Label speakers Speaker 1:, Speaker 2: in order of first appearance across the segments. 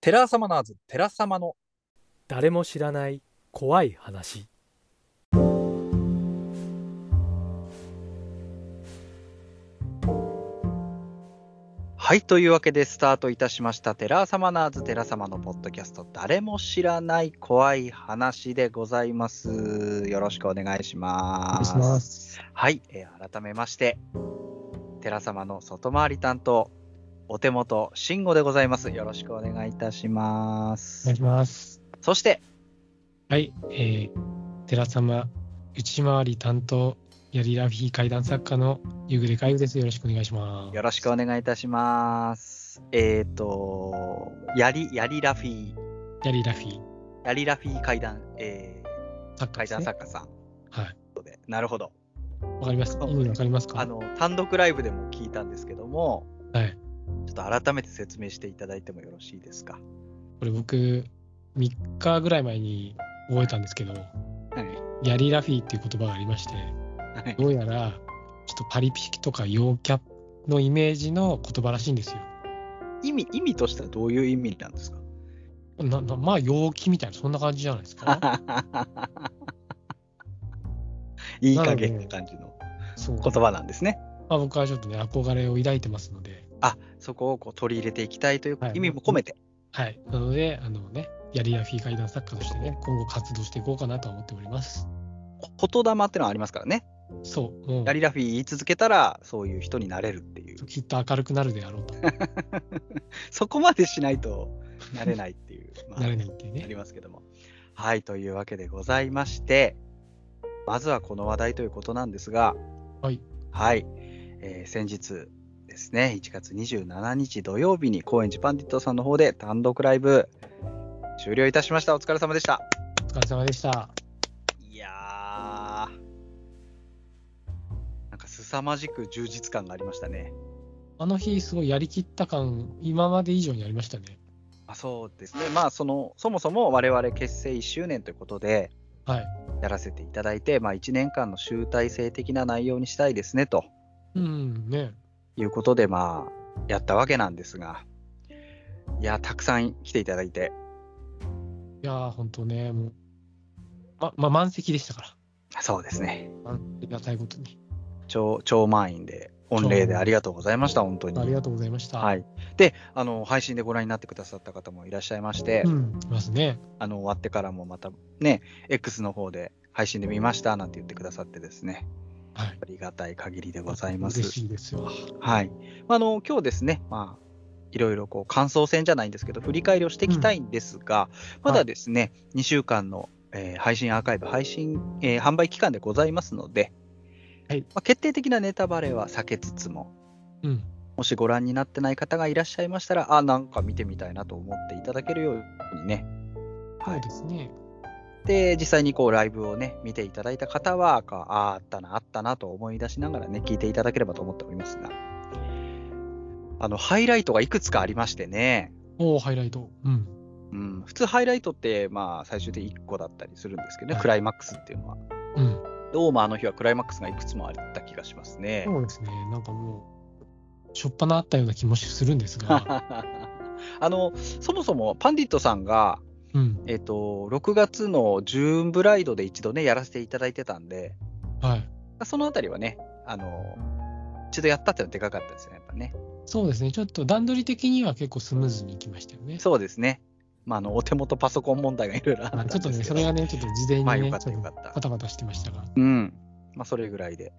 Speaker 1: テラサマナーズ、テラサマの。
Speaker 2: 誰も知らない怖い話
Speaker 1: はい、というわけでスタートいたしました。テラサマナーズ、テラサマのポッドキャスト、誰も知らない怖い話でございます。よろしくお願いします。
Speaker 2: す
Speaker 1: はい、えー改めまして、テラ様の外回り担当、お手元、慎吾でございます。よろしくお願いいたしま
Speaker 3: お願
Speaker 1: す
Speaker 3: い。します。
Speaker 1: そして、
Speaker 3: はい、えー、寺様内回り担当やりラフィー怪談作家のゆぐれかゆです。よろしくお願いします。
Speaker 1: よろしくお願いいたします。えっ、と、やり、やりラフィー、
Speaker 3: やりラフィー
Speaker 1: やりラフィー階段、えー
Speaker 3: 作家
Speaker 1: 階
Speaker 3: です
Speaker 1: 段
Speaker 3: ね。
Speaker 1: 作家さん。
Speaker 3: はい。
Speaker 1: なるほど。
Speaker 3: わかります。意味わかりますか。
Speaker 1: あの、単独ライブでも聞いたんですけども、
Speaker 3: はい。
Speaker 1: ちょっと改めて説明していただいてもよろしいですか。
Speaker 3: これ僕3日ぐらい前に覚えたんですけど、
Speaker 1: はい。
Speaker 3: やりラフィーっていう言葉がありまして、
Speaker 1: はい
Speaker 3: どうやらちょっとパリピとか陽キャのイメージの言葉らしいんですよ。
Speaker 1: 意味、意味としてはどういう意味なんです か
Speaker 3: ななまあ陽気みたいなそんな感じじゃないですか。
Speaker 1: いい加減な感じの
Speaker 3: そう。
Speaker 1: 言葉なんですね。
Speaker 3: まあ僕はちょっとね憧れを抱いてますので。
Speaker 1: あそこをこう取り入れていきたいという
Speaker 3: はい
Speaker 1: 意味も込めて。
Speaker 3: はい。なので、あのね、やりやフィー怪談作家としてね、今後活動していこうかなとは思っております。
Speaker 1: 言霊ってのはありますからね。
Speaker 3: そう。もう
Speaker 1: ラリラフィー言い続けたら、そういう人になれるっていう。
Speaker 3: きっと明るくなるであろうと。
Speaker 1: そこまでしないとなれないっていう。まあ
Speaker 3: なれないっていう
Speaker 1: あ
Speaker 3: ね
Speaker 1: り。ますけども。はい、というわけでございまして、まずはこの話題ということなんですが、
Speaker 3: はい。
Speaker 1: はい、えー先日ですね、1月27日土曜日に高円寺パンディットさんの方で単独ライブ終了いたしました。お疲れ様でした。
Speaker 3: お疲れ様でした。
Speaker 1: いやー、なんか凄まじく充実感がありましたね。
Speaker 3: あの日、すごいやりきった感、今まで以上にありましたね。
Speaker 1: あそうですね、まあその、そもそも我々結成1周年ということで、
Speaker 3: はい。
Speaker 1: やらせていただいて、まあ、1年間の集大成的な内容にしたいですねと
Speaker 3: うん、ね。
Speaker 1: いうことで、まあ、やったわけなんですが、いや、たくさん来ていただいて、
Speaker 3: いやー、ほんとね、もう、ま、まあ、満席でしたか
Speaker 1: そうですね、
Speaker 3: ら。ありがたいことに。
Speaker 1: 超超満員で、御礼でありがとうございました、本当
Speaker 3: あり
Speaker 1: に。
Speaker 3: がとうございました。。
Speaker 1: はいい、であの、配信でご覧になってくださった方もいらっしゃいまして、
Speaker 3: うん、いますね。
Speaker 1: あの終わってからもまたね、X の方で配信で見ましたなんて言ってくださってですね、
Speaker 3: はい。
Speaker 1: ありがたい限りでございます。
Speaker 3: 嬉しいですよ。
Speaker 1: はい。まああの、今日ですね、まあ、いろいろこう、感想戦じゃないんですけど、振り返りをしていきたいんですが、まだですね、2週間の、えー配信アーカイブ、配信、えー販売期間でございますので、
Speaker 3: はい
Speaker 1: まあ、決定的なネタバレは避けつつも、
Speaker 3: うん。
Speaker 1: もしご覧になってない方がいらっしゃいましたら、あ、なんか見てみたいなと思っていただけるようにね。
Speaker 3: そ
Speaker 1: は
Speaker 3: う
Speaker 1: い
Speaker 3: で、すね。
Speaker 1: で実際にこうライブをね見ていただいた方はかあーあったなあったなと思い出しながらね聞いていただければと思っておりますがあのハイライトがいくつかありましてね、
Speaker 3: おー、ハイライト。うん。
Speaker 1: うん、普通ハイライトってまあ最終的に1個だったりするんですけどね、
Speaker 3: はい
Speaker 1: クライマックスっていうのは
Speaker 3: うん。
Speaker 1: どうもあの日はクライマックスがいくつもあった気がします ね
Speaker 3: そうですね、なんかもう、しょっぱなあったような気もするんです が、
Speaker 1: あのそもそもパンディットさんが、
Speaker 3: うん、
Speaker 1: えっと6月のジューンブライドで一度ねやらせていただいてたんで
Speaker 3: はい。
Speaker 1: そのあたりはね、あの、一度やったっていうのはでかかったですよね、やっぱね。
Speaker 3: そうですね、ちょっと段取り的には結構スムーズにいきましたよね。
Speaker 1: そうですね。まあ、あの、お手元パソコン問題がいろいろあ
Speaker 3: あ
Speaker 1: った
Speaker 3: ちょ
Speaker 1: ん
Speaker 3: っと
Speaker 1: です
Speaker 3: ね、
Speaker 1: け
Speaker 3: そ
Speaker 1: ど、
Speaker 3: れがね、ちょっと事前に
Speaker 1: まあ、よ
Speaker 3: ね、
Speaker 1: かっ
Speaker 3: ち
Speaker 1: た
Speaker 3: ょ
Speaker 1: よ
Speaker 3: っ
Speaker 1: か
Speaker 3: と
Speaker 1: った
Speaker 3: バ。タバタしてましたが、
Speaker 1: うん。まあ、それぐらいで。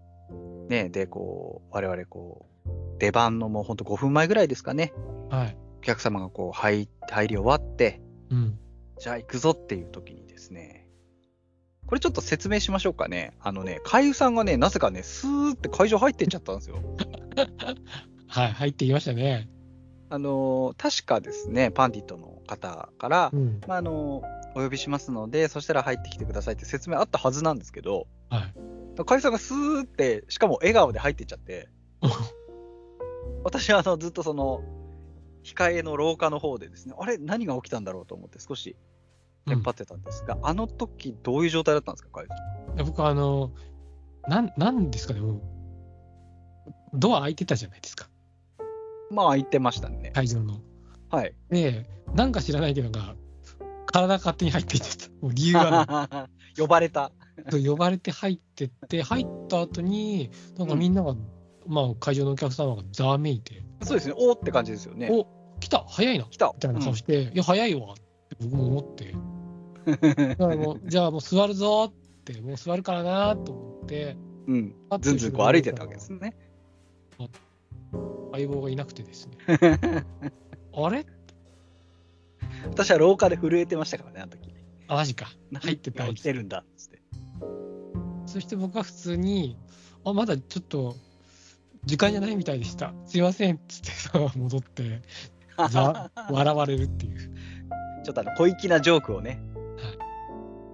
Speaker 1: ね、で、こう、我々、こう、出番のもうほんと5分前ぐらいですかね、
Speaker 3: はい。
Speaker 1: お客様がこう、入入り終わって、
Speaker 3: うん。
Speaker 1: じゃあ行くぞっていう時にですね、これちょっと説明しましょうかね。あのね、海遊さんがね、なぜかね、スーって会場入ってっちゃったんですよ。
Speaker 3: はい、入ってきましたね。
Speaker 1: あのー確かですね、パンディットの方から
Speaker 3: う、ん。
Speaker 1: まあ、あのお呼びしますので、そしたら入ってきてくださいって説明あったはずなんですけど、
Speaker 3: はい。
Speaker 1: 会社さんがスーって、しかも笑顔で入ってっちゃって、私はあのずっとその控えの廊下の方でですね、あれ、何が起きたんだろうと思って、少し
Speaker 3: う
Speaker 1: テ
Speaker 3: ん
Speaker 1: ンパってたんですが、あの時どういう状態だったんですか、会社さん。
Speaker 3: いや僕はあの、なん、なんですかね、もう、ドア開いてたじゃないですか、
Speaker 1: まあ、言ってましたね。
Speaker 3: 会場の。
Speaker 1: はい。
Speaker 3: で、なんか知らないけどが、体勝手に入っていってた。もう理由がな い
Speaker 1: 呼ばれた。
Speaker 3: そう呼ばれて入ってって、入った後に、なんかみんなが、まあ会場のお客様がざわめいて、
Speaker 1: そうですね、おーって感じですよね。
Speaker 3: お来た早いなみ
Speaker 1: 来た。
Speaker 3: たいな顔して、いや、早いわって僕も思 って、
Speaker 1: うん
Speaker 3: だからもう、じゃあもう座るぞって、もう座るからなと思って、
Speaker 1: うん、ずんずんこう歩いてたわけですね。
Speaker 3: 相棒がいなく てですね。あれ
Speaker 1: 私は廊下で震えてましたからね、あの時。
Speaker 3: あ、マジか。入ってた
Speaker 1: 何が起きてるんだっつって。
Speaker 3: そして僕は普通に、あ、まだちょっと、時間じゃないみたいでした。すいません。つって さ、戻 って、ざ笑われるっていう。
Speaker 1: ちょっとあの小粋なジョークをね。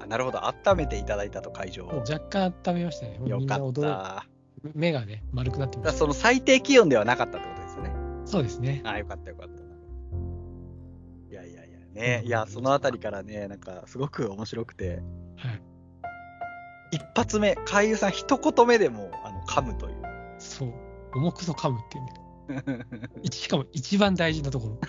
Speaker 1: あなるほど、温めていただいたと会場
Speaker 3: もう
Speaker 1: を。
Speaker 3: 若干温めましたね。もう
Speaker 1: よ
Speaker 3: みん
Speaker 1: か
Speaker 3: な
Speaker 1: った。
Speaker 3: 驚い
Speaker 1: だか
Speaker 3: 目がね、丸くなってま
Speaker 1: ら
Speaker 3: し
Speaker 1: その最低気温ではなかったってことですよね。
Speaker 3: た。そうですね。
Speaker 1: ああ、よかったよかった。いやいやいや、ね、いや、そのあたりからね、なんかすごく面白くて、
Speaker 3: はい。
Speaker 1: 一発目、海優さん一言目でもうあの噛むと いう。
Speaker 3: そう。重くそ噛むっていうね。一しかも一番大事なところ。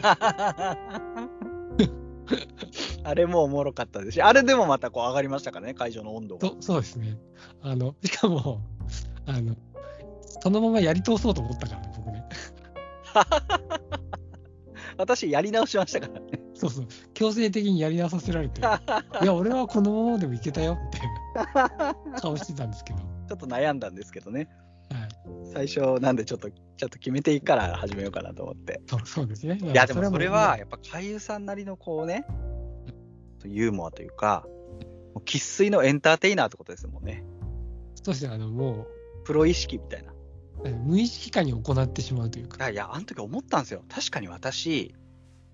Speaker 1: あれもおもろかったですし、あれでもまたこう上がりましたからね、会場の温度が。
Speaker 3: とそうですね。あの、しかも、あの、そのままやり通そうと思ったからね、僕ね。
Speaker 1: 私、やり直しましたからね。
Speaker 3: そうそう。強制的にやり直させら れて。いや、俺はこのままでもいけたよ、みたいな顔してたんですけど。は
Speaker 1: ちょっと悩んだんですけどね、
Speaker 3: い。
Speaker 1: 最初、なんでちょっと、ちょっと決めていくから始めようかなと思って。
Speaker 3: そうそうですね。
Speaker 1: いや、でもそれは、やっぱ海優さんなりのこうね、ユーモアというか、もう生粋のエンターテイナーってことですもんね。
Speaker 3: そうですね。あの、も
Speaker 1: プロ意識みたいな。
Speaker 3: う、無意識下に行ってしまうという
Speaker 1: だか
Speaker 3: か。
Speaker 1: らいや、あの時思ったんですよ。確かに私、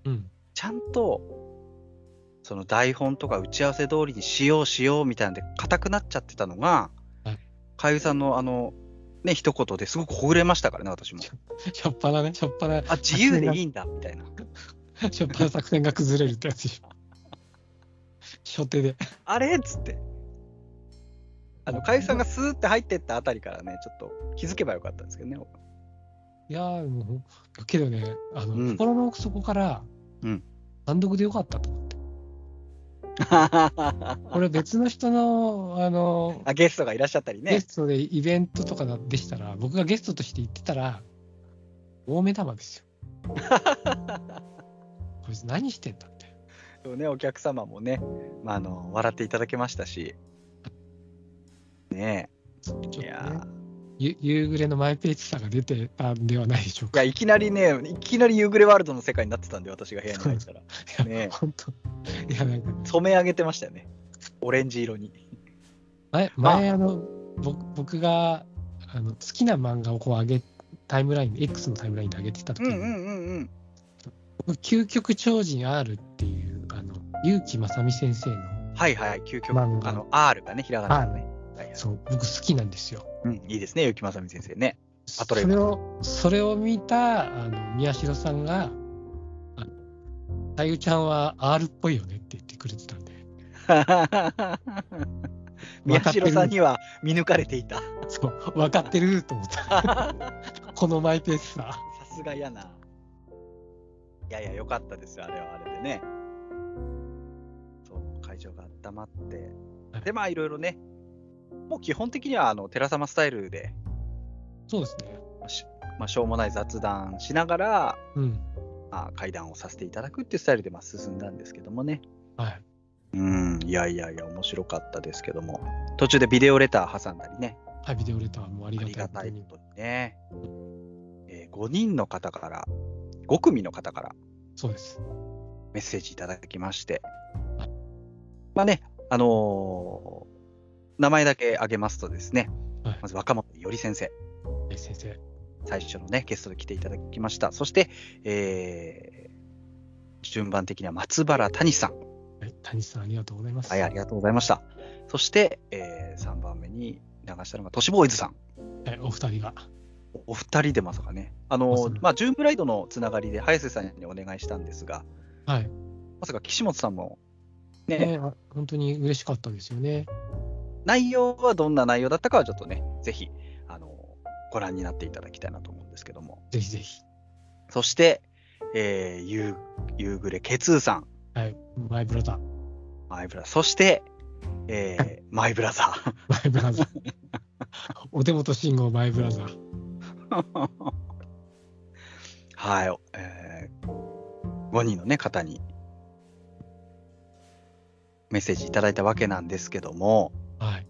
Speaker 3: うん。
Speaker 1: ちゃんと、その台本とか打ち合わせ通りにしようしようみたいなんで、硬くなっちゃってたのが
Speaker 3: はい、
Speaker 1: かゆさんのあの、ね、一言ですごくほぐれましたからね、私も。
Speaker 3: しょっぱなね、しょっぱな、
Speaker 1: あ、自由でいいんだ、みたいな。
Speaker 3: しょっぱな作戦が崩れるってやつでしょ。初手で。
Speaker 1: あれっつって。あの、かゆさんがスーって入ってったあたりからね、ちょっと気づけばよかったんです けどね。
Speaker 3: いやー、もう、だけどね、あの、
Speaker 1: うん
Speaker 3: 心の奥底から、
Speaker 1: うん
Speaker 3: 単独でよかったと思って。こ
Speaker 1: あ、
Speaker 3: れ別の人の、あの、
Speaker 1: ゲストがいらっしゃったり
Speaker 3: ゲ
Speaker 1: ね。
Speaker 3: ストでイベントとかでしたら、僕がゲストとして行ってたら、大目 玉ですよ。こいつ何してんだって。
Speaker 1: そうね、お客様もね、まあ、あの、笑っていただけましたし。ね
Speaker 3: ちょっと
Speaker 1: え。い
Speaker 3: ね
Speaker 1: やー
Speaker 3: ゆ夕暮れのマイページさが出てたんではないでしょう
Speaker 1: い
Speaker 3: か。
Speaker 1: や、いきなりね、いきなり夕暮れワールドの世界になってたんで、私が部屋に入ったら。
Speaker 3: い
Speaker 1: ねえ
Speaker 3: や、本当。いや、なんか、
Speaker 1: 染め上げてましたよね。オレンジ色に。
Speaker 3: 前、
Speaker 1: まあ
Speaker 3: 前あの、僕僕があの好きな漫画をこう上げ、タイムライン、X のタイムラインで上げてた時に、
Speaker 1: うんうん。
Speaker 3: 僕究極超人 R っていう、あの、結城正美先生の、
Speaker 1: はいはい、究極。
Speaker 3: 漫画
Speaker 1: あの、R がね、ひらがなのね。はいはい
Speaker 3: そう、僕好きなんですよ。
Speaker 1: うん、いいですね、ゆきまさみ先生ね。アト
Speaker 3: そ
Speaker 1: レイ
Speaker 3: れを、それを見た、あの、宮代さんが、あのさゆちゃんは R っぽいよねって言ってくれてたんで、
Speaker 1: 宮代さんには見抜かれていた。
Speaker 3: そう、分かってると思った。 このマイペースさ。
Speaker 1: さすがやな。いやいや、よかったですよ、あれはあれでね。そう、会場が温まって。で、まあ、いろいろね、もう基本的には、あの、寺様スタイルで、
Speaker 3: そうですね。
Speaker 1: しまあ、しょうもない雑談しながら、
Speaker 3: うん。
Speaker 1: まあ、会談をさせていただくっていうスタイルで、まあ、進んだんですけどもね。
Speaker 3: はい。
Speaker 1: うん、いやいやいや、面白かったですけども、途中でビデオレター挟んだりね、
Speaker 3: はい、ビデオレターもあり
Speaker 1: あ
Speaker 3: が
Speaker 1: り
Speaker 3: たい
Speaker 1: が
Speaker 3: こ
Speaker 1: た
Speaker 3: と
Speaker 1: い
Speaker 3: に。
Speaker 1: ことにね、えー5人の方から、5組の方から、
Speaker 3: そうです。
Speaker 1: メッセージいただきまして
Speaker 3: はい、
Speaker 1: まあね、あのー名前だけ挙げますとですね
Speaker 3: はい、
Speaker 1: まず若本より先生、
Speaker 3: はい先生。
Speaker 1: 最初のね、ゲストで来ていただきました。そして、えー順番的には松原谷さん。
Speaker 3: はい、谷さん、ありがとうございます。
Speaker 1: はい、ありがとうございました。そして、え3番目に流したのが、トシボーイズさん。
Speaker 3: はいお二人が。
Speaker 1: お二人でまさかね。あ
Speaker 3: まさ
Speaker 1: の
Speaker 3: か、
Speaker 1: まあ、ジューンブライドのつながりで、早瀬さんにお願いしたんですが、
Speaker 3: はい。
Speaker 1: まさか岸本さんも、ね、
Speaker 3: ね、あ本当に嬉しかったですよね。
Speaker 1: 内容はどんな内容だったかはちょっとね、ぜひ、あの、ご覧になっていただきたいなと思うんですけども。
Speaker 3: ぜひぜひ。
Speaker 1: そして、えー、夕夕暮れ、ケツーさん、
Speaker 3: はい。マイブラザー。
Speaker 1: マイブラ、そして、えー、マイブラザー。
Speaker 3: マイブラザー。お手元信号マイブラザー。
Speaker 1: はい、えー、5人の、ね、方にメッセージいただいたわけなんですけども、
Speaker 3: はい。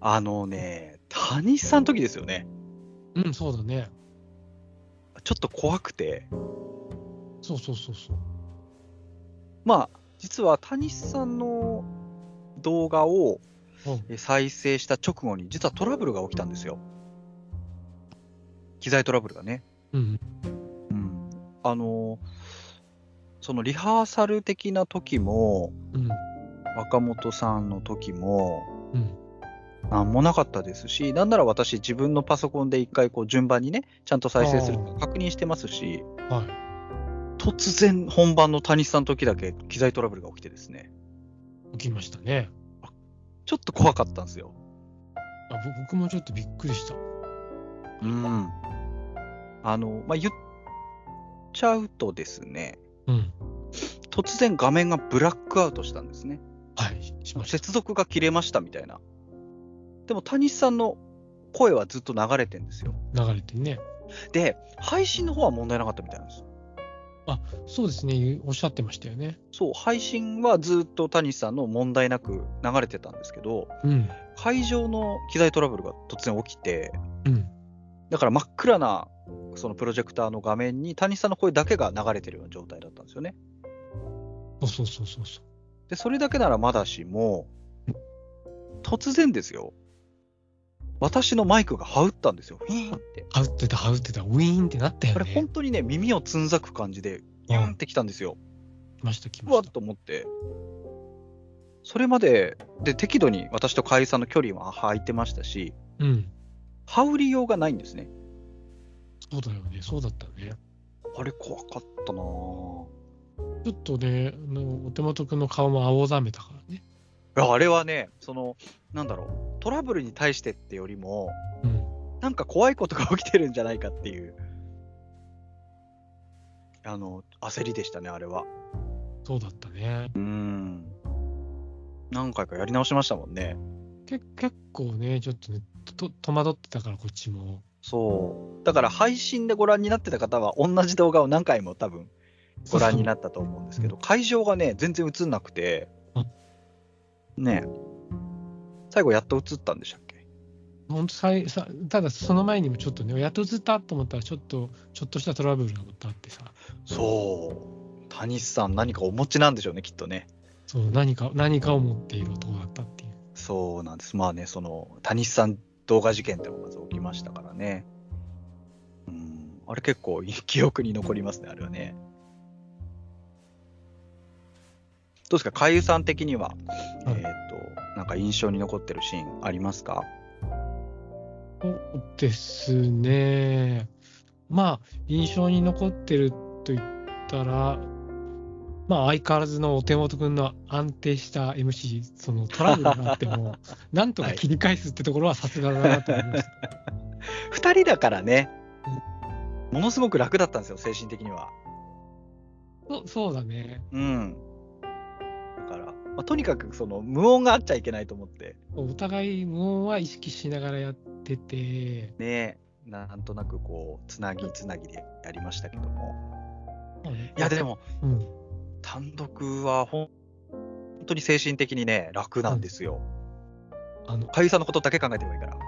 Speaker 1: あのね、谷さんの時ですよね、
Speaker 3: うん、そうだね。
Speaker 1: ちょっと怖くて、
Speaker 3: そうそうそうそう。
Speaker 1: まあ、実は谷さんの動画を
Speaker 3: うん
Speaker 1: えー再生した直後に、実はトラブルが起きたんですよ。機材トラブルがね。
Speaker 3: うん。
Speaker 1: うん、あのーそのリハーサル的な時も、
Speaker 3: うん。
Speaker 1: 若本さんの時も、
Speaker 3: うん
Speaker 1: なんもなかったですし、なんなら私、自分のパソコンで一回こう順番にね、ちゃんと再生するか確認してますし、
Speaker 3: は
Speaker 1: 突然、本番の谷さんの時だけ機材トラブルが起きてですね、
Speaker 3: い。起きましたね。
Speaker 1: ちょっと怖かったんですよ。
Speaker 3: あぼ僕もちょっとびっくりした。
Speaker 1: うん。あの、まあ、言っちゃうとですね、
Speaker 3: うん。
Speaker 1: 突然画面がブラックアウトしたんですね。
Speaker 3: はい。ししました。
Speaker 1: 接続が切れましたみたいな。でも、谷さんの声はずっと流れてんですよ。
Speaker 3: 流れてね。
Speaker 1: で、配信の方は問題なかったみたいなんです。
Speaker 3: そうですね。おっしゃってましたよね。
Speaker 1: そう、配信はずっと谷さんの問題なく流れてたんですけど、
Speaker 3: うん。
Speaker 1: 会場の機材トラブルが突然起きて、
Speaker 3: うん。
Speaker 1: だから真っ暗なそのプロジェクターの画面に谷さんの声だけが流れてるような状態だったんですよね。
Speaker 3: そうそうそうそうそう。
Speaker 1: で、それだけならまだしも、突然ですよ、私のマイクが羽打ったんですよ、ウィーンって。
Speaker 3: はうってた、はうってた、ウィーンってなったよ
Speaker 1: こ
Speaker 3: ね。
Speaker 1: れ、本当にね、耳をつんざく感じで、
Speaker 3: う
Speaker 1: ユーンっ
Speaker 3: ん、
Speaker 1: てきたんですよ。
Speaker 3: 来ました、来
Speaker 1: うわ
Speaker 3: ま
Speaker 1: っ
Speaker 3: した。
Speaker 1: と思って、それまで、で、適度に私とかゆさんの距離は空いてましたし、
Speaker 3: うん。
Speaker 1: 羽織りようがないんですね。
Speaker 3: そうだよね、そうだったね。
Speaker 1: あれ、怖かったなぁ
Speaker 3: ちょっとね、あのお手元くんの顔も青ざめたからね。
Speaker 1: いやあれはね、その、なんだろう、トラブルに対してってよりも、
Speaker 3: うん。
Speaker 1: なんか怖いことが起きてるんじゃないかっていう、あの、焦りでしたね、あれは。
Speaker 3: そうだったね。
Speaker 1: うん。何回かやり直しましたもんね。
Speaker 3: け結構ね、ちょっとね、と戸惑ってたから、こっちも。
Speaker 1: そう。だから配信でご覧になってた方は、同じ動画を何回も多分ご覧になったと思うんですけど、会場がね、全然映んなくて
Speaker 3: うん、
Speaker 1: ねえ最後やっと映ったんでしたっけ
Speaker 3: 本当さいさただその前にもちょっとね、やっとずったと思ったら、ちょっと、ちょっとしたトラブルがまたあってさ、
Speaker 1: そう。谷さん、何かお持ちなんでしょうね、きっとね。
Speaker 3: そう、何か、何かを持っている男だったっていう。
Speaker 1: そうなんです。まあね、その、谷さん動画事件ってのがまず起きましたからね。うん。あれ結構 いい記憶に残りますね、あれはね。どうですか、海遊さん的には、えっ、
Speaker 3: うん
Speaker 1: と、なんか印象に残ってるシーンありますか
Speaker 3: そうですね。まあ、印象に残ってると言ったら、まあ、相変わらずのお手元くんの安定した MC、そのトラブルがあって も、なんとか切り返すってところはさすが だなと思いました。
Speaker 1: 二人だからね、ものすごく楽だったんですよ、精神的には。
Speaker 3: そうそうだね。
Speaker 1: うん。だから、まあ、とにかくその無音があっちゃいけないと思って、
Speaker 3: お互い無音は意識しながらやってて、
Speaker 1: ね、なんとなくこう、つなぎつなぎでやりましたけども。い
Speaker 3: い
Speaker 1: や、で、も、
Speaker 3: うん、
Speaker 1: 単独はほん本当に精神的にね、楽なんですよ。
Speaker 3: あの
Speaker 1: かゆさんのことだけ考えてればいいから。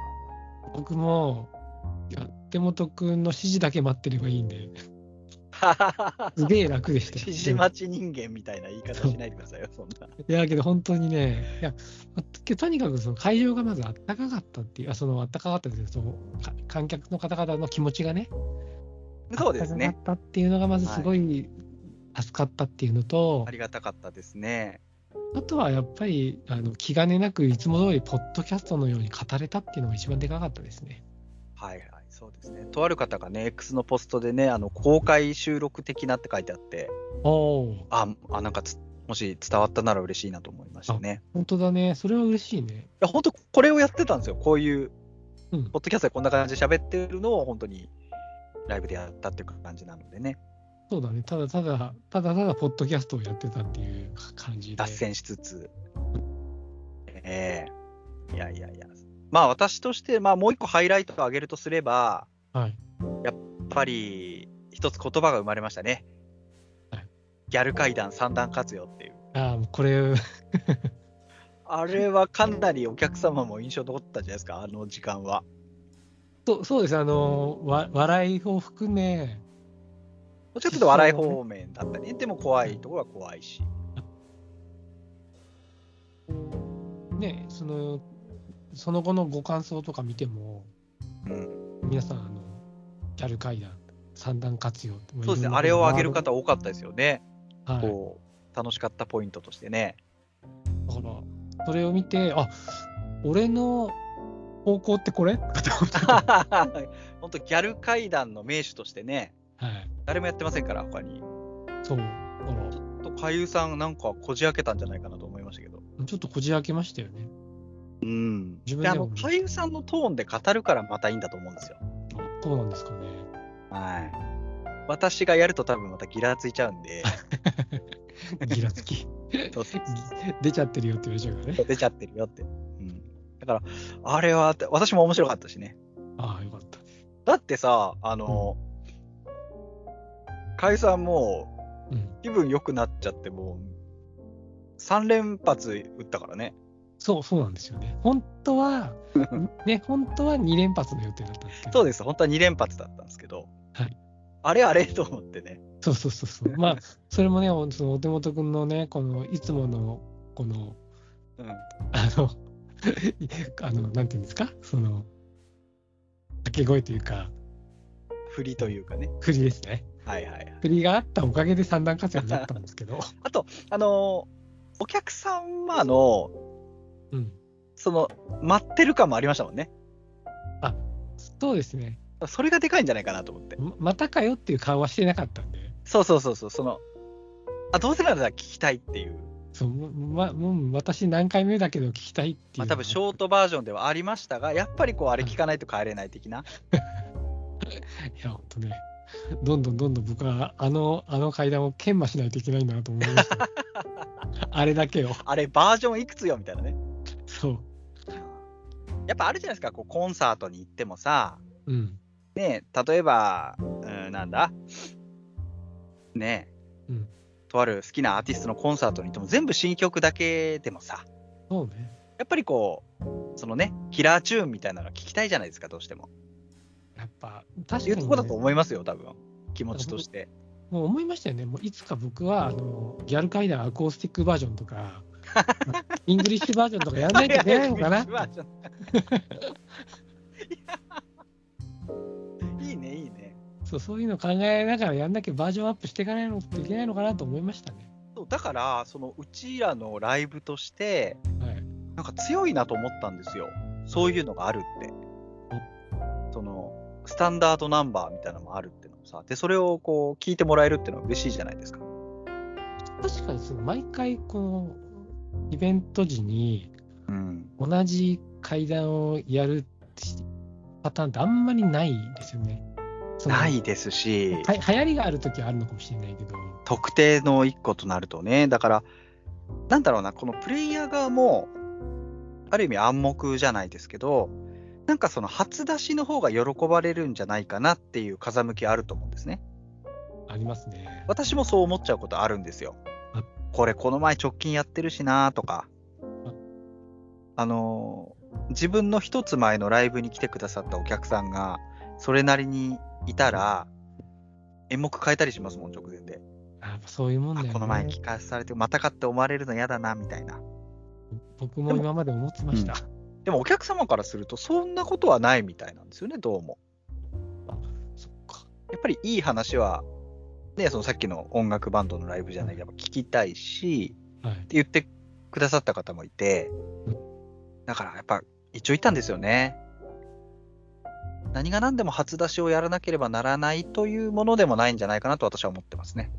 Speaker 3: 僕も、いや手元くんの指示だけ待ってればいいんで、すげえ楽でしたよ。
Speaker 1: 指示待ち人間みたいな言い方しないでくださいよ、そんな。
Speaker 3: いやけど本当にね、いやまあとにかくその会場がまずあったかかったっていう、あそのあったかかったですけどそのか観客の方々の気持ちがね、
Speaker 1: そうです
Speaker 3: あっ
Speaker 1: ね。
Speaker 3: たかかったっていうのがまずすごい助かったっていうのと、
Speaker 1: ありがたかったですね。
Speaker 3: あとはやっぱりあの気兼ねなくいつも通り、ポッドキャストのように語れたっていうのが一番でかかったですね。
Speaker 1: はいはい、そうですね。とある方がね、X のポストでね、あの公開収録的なって書いてあって、
Speaker 3: おお、
Speaker 1: あ、あなんかつもし伝わったなら嬉しいなと思いましたね。
Speaker 3: 本当だね、それは嬉しいね。
Speaker 1: いや、本当これをやってたんですよ。こういう、
Speaker 3: うん
Speaker 1: ポッドキャストでこんな感じで喋ってるのを本当にライブでやったっていう感じなのでね。
Speaker 3: そうだね、ただただ、ただただ、ポッドキャストをやってたっていう感じで。
Speaker 1: 脱線しつつ。ええいやいやいや。まあ私として、まあもう一個ハイライトを挙げるとすれば、
Speaker 3: はい。
Speaker 1: やっぱり一つ言葉が生まれましたね
Speaker 3: はい。
Speaker 1: ギャル階段三段活用っていう。
Speaker 3: ああ、もうこれ、
Speaker 1: あれはかなりお客様も印象残ったんじゃないですか、あの時間は。
Speaker 3: そうそうです、あの、わ笑いを含め、
Speaker 1: ちょっと笑い方面だったり、でも怖いところは怖いし。
Speaker 3: ね、その、その後のご感想とか見ても、
Speaker 1: うん、
Speaker 3: 皆さん、あの、ギャル階段、三段活用って
Speaker 1: そうですね、あれを挙げる、方多かったですよね、
Speaker 3: はい、
Speaker 1: こう楽しかったポイントとしてね。
Speaker 3: だから、それを見て、あ俺の方向って これとかと思って
Speaker 1: 本当、ギャル階段の名手としてね、
Speaker 3: はい。
Speaker 1: 誰もやってませんから、他に。
Speaker 3: そう。だから
Speaker 1: ちょっと、かゆさん、なんかこじ開けたんじゃないかなと思いましたけど。
Speaker 3: ちょっとこじ開けましたよね。
Speaker 1: うん、
Speaker 3: 自分
Speaker 1: であ
Speaker 3: でも
Speaker 1: のかゆさんのトーンで語るからまたいいんだと思うんですよ。
Speaker 3: そうなんですかね。
Speaker 1: はい、私がやると多分またギラついちゃうんで、
Speaker 3: ギラつき。
Speaker 1: そうそうそう
Speaker 3: 出ちゃってるよって言われちゃうからね。
Speaker 1: 出ちゃってるよって。うん、だから、あれは私も面白かったしね。
Speaker 3: ああ、よかった。
Speaker 1: だってさ、あの、かゆさんも
Speaker 3: うん。
Speaker 1: 気分良くなっちゃって、もう3連発打ったからね。
Speaker 3: そう、そうなんですよね。本 当は、ね、本当は2連発の予定だったんですけど。
Speaker 1: そうです、本当は2連発だったんですけど、
Speaker 3: はい
Speaker 1: あれあれと思ってね。
Speaker 3: そうそうそうそう。まあ、それもね、そのお手元くんのね、この、いつもの、この、
Speaker 1: うん、
Speaker 3: あの、 あの、なんていうんですかその、掛け声というか、
Speaker 1: 振りというかね。
Speaker 3: 振りですね。
Speaker 1: はいはいはい。
Speaker 3: 振りがあったおかげで三段活用になったんですけ ど。
Speaker 1: あの、お客様の、
Speaker 3: うん。
Speaker 1: その、待ってる感もありましたもんね。
Speaker 3: そうですね。
Speaker 1: それがでかいんじゃないかなと思って。
Speaker 3: ままたかよっていう顔はしてなかったんで、
Speaker 1: そうそうそうそう、その、あ、どうせなら聞きたいっていう。
Speaker 3: そうま、もう私何回目だけど聞きたいってい
Speaker 1: ま
Speaker 3: う
Speaker 1: あ、
Speaker 3: のは。
Speaker 1: 多分ショートバージョンではありましたが、やっぱりこう、あれ聞かないと帰れない的な。
Speaker 3: いや、ほんとね。どんどんどんどん僕はあの、あの階段を研磨しないといけないんだなと思いました。 あれだけを。
Speaker 1: あれ、バージョンいくつよみたいなね。
Speaker 3: そう。
Speaker 1: やっぱあるじゃないですか、こうコンサートに行ってもさ、
Speaker 3: うん。
Speaker 1: ねえ、例えば、うん、なんだ、ねえ、
Speaker 3: うん
Speaker 1: とある好きなアーティストのコンサートに行っても、全部新曲だけでもさ、
Speaker 3: そうね。
Speaker 1: やっぱりこう、そのね、キラーチューンみたいなのは聞きたいじゃないですか、どうしても。
Speaker 3: やっぱ、
Speaker 1: っ
Speaker 3: 確
Speaker 1: て
Speaker 3: か
Speaker 1: いう
Speaker 3: に、
Speaker 1: と
Speaker 3: ね、
Speaker 1: こだと思いますよ、多分気持ちとして。
Speaker 3: もう思いましたよね。もういつか僕は、あの、ギャル階段アコースティックバージョン とか、イングリッシュバージョンとかやらないといけないのか な。
Speaker 1: バージョンいやいいね、いいね。
Speaker 3: そう、そういうの考えながらやんなきゃバージョンアップしていかないのといけないのかなと思いましたね。
Speaker 1: そうだから、そのうちらのライブとして、
Speaker 3: はい。
Speaker 1: なんか強いなと思ったんですよ。そういうのがあるって。その、スタンダードナンバーみたいなのもあるってのもさ、で、それをこう、聞いてもらえるってのは嬉しいじゃないですか。
Speaker 3: 確かにその毎回このイベント時に
Speaker 1: うん。
Speaker 3: 同じ階段をやるしパターンってあんまりないですよね。その
Speaker 1: ないですし、
Speaker 3: は流行りがあるときはあるのかもしれないけど、
Speaker 1: 特定の一個となるとね、だから、なんだろうな、このプレイヤー側も、ある意味暗黙じゃないですけど、なんかその初出しの方が喜ばれるんじゃないかなっていう風向きあると思うんですね。
Speaker 3: ありますね。
Speaker 1: 私もそう思っちゃうことあるんですよ
Speaker 3: あ。
Speaker 1: これこの前直近やってるしなとか
Speaker 3: あ。
Speaker 1: あのー、自分の一つ前のライブに来てくださったお客さんが、それなりにいたら、演目変えたりしますもん、直前で。
Speaker 3: やっぱそういうもんだ
Speaker 1: あ
Speaker 3: よね。
Speaker 1: この前聞かされて、またかって思われるの嫌だな、みたいな。
Speaker 3: 僕も今まで思ってました。
Speaker 1: でもお客様からすると、そんなことはないみたいなんですよね、どうも。
Speaker 3: そっか。
Speaker 1: やっぱりいい話は、ね、そのさっきの音楽バンドのライブじゃないけど、やっぱ聞きたいし、
Speaker 3: はい
Speaker 1: っ。て言ってくださった方もいて
Speaker 3: うん、
Speaker 1: だからやっぱ一応言ったんですよね。何が何でも初出しをやらなければならないというものでもないんじゃないかなと私は思ってますね。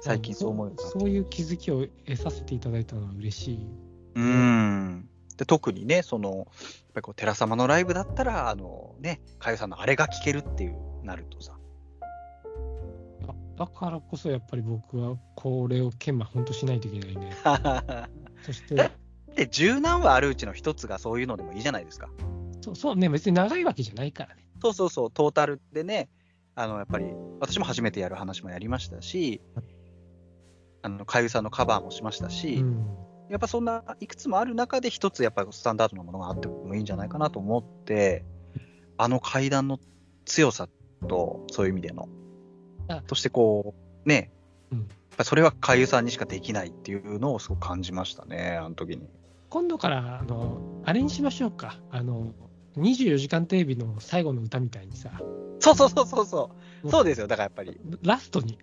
Speaker 1: 最近そう思うようになった
Speaker 3: そういう気づきを得させていただいたのは嬉しい。
Speaker 1: うん。で特にね、その、やっぱりこう、寺様のライブだったら、あのね、かゆさんのあれが聞けるっていうなるとさ、
Speaker 3: だからこそやっぱり僕はこれを研磨本当しないといけないね。そして
Speaker 1: え、 で、十何話あるうちの一つがそういうのでもいいじゃないですか。
Speaker 3: そうそうね、別に長いわけじゃないからね。
Speaker 1: そうそうそう、トータルでね、あの、やっぱり、私も初めてやる話もやりましたし、あの、かゆさんのカバーもしましたし、
Speaker 3: うん、
Speaker 1: やっぱそんないくつもある中で一つやっぱりスタンダードなものがあってもいいんじゃないかなと思って、あの階段の強さと、そういう意味での
Speaker 3: あ、
Speaker 1: そしてこう、ね、
Speaker 3: うん
Speaker 1: やっぱそれはかゆさんにしかできないっていうのをすごく感じましたね、あの時に。
Speaker 3: 今度からあのあれにしましょうか。あの24時間テレビの最後の歌みたいにさ、
Speaker 1: そうそうそうそうそう、そうですよ、だからやっぱり、
Speaker 3: ラストに、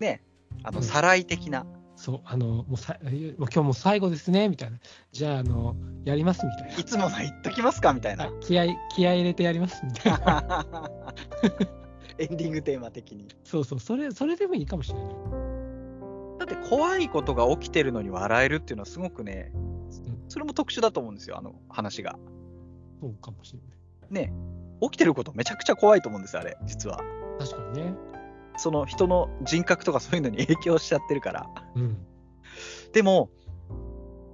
Speaker 1: ね、あ
Speaker 3: う
Speaker 1: の、
Speaker 3: ん
Speaker 1: さらい的な、
Speaker 3: そう、あの、もうさもう今日もう最後ですね、みたいな。じゃあ、あの、やります、みたい
Speaker 1: いつもの言っときますかみたい
Speaker 3: な。
Speaker 1: な
Speaker 3: あ。気合い、気合い入れてやります、みたいな。
Speaker 1: エンディングテーマ的に。
Speaker 3: そうそう、それ、それでもいいかもしれない。
Speaker 1: だって怖いことが起きてるのに笑えるっていうのはすごくね、それも特殊だと思うんですよ、あの話が。
Speaker 3: そうかもしれな
Speaker 1: ね、起きてることめちゃくちゃ怖いと思うんですよ、あれ、実は。
Speaker 3: い。確かにね。
Speaker 1: その人の人格とかそういうのに影響しちゃってるから。
Speaker 3: うん。
Speaker 1: でも、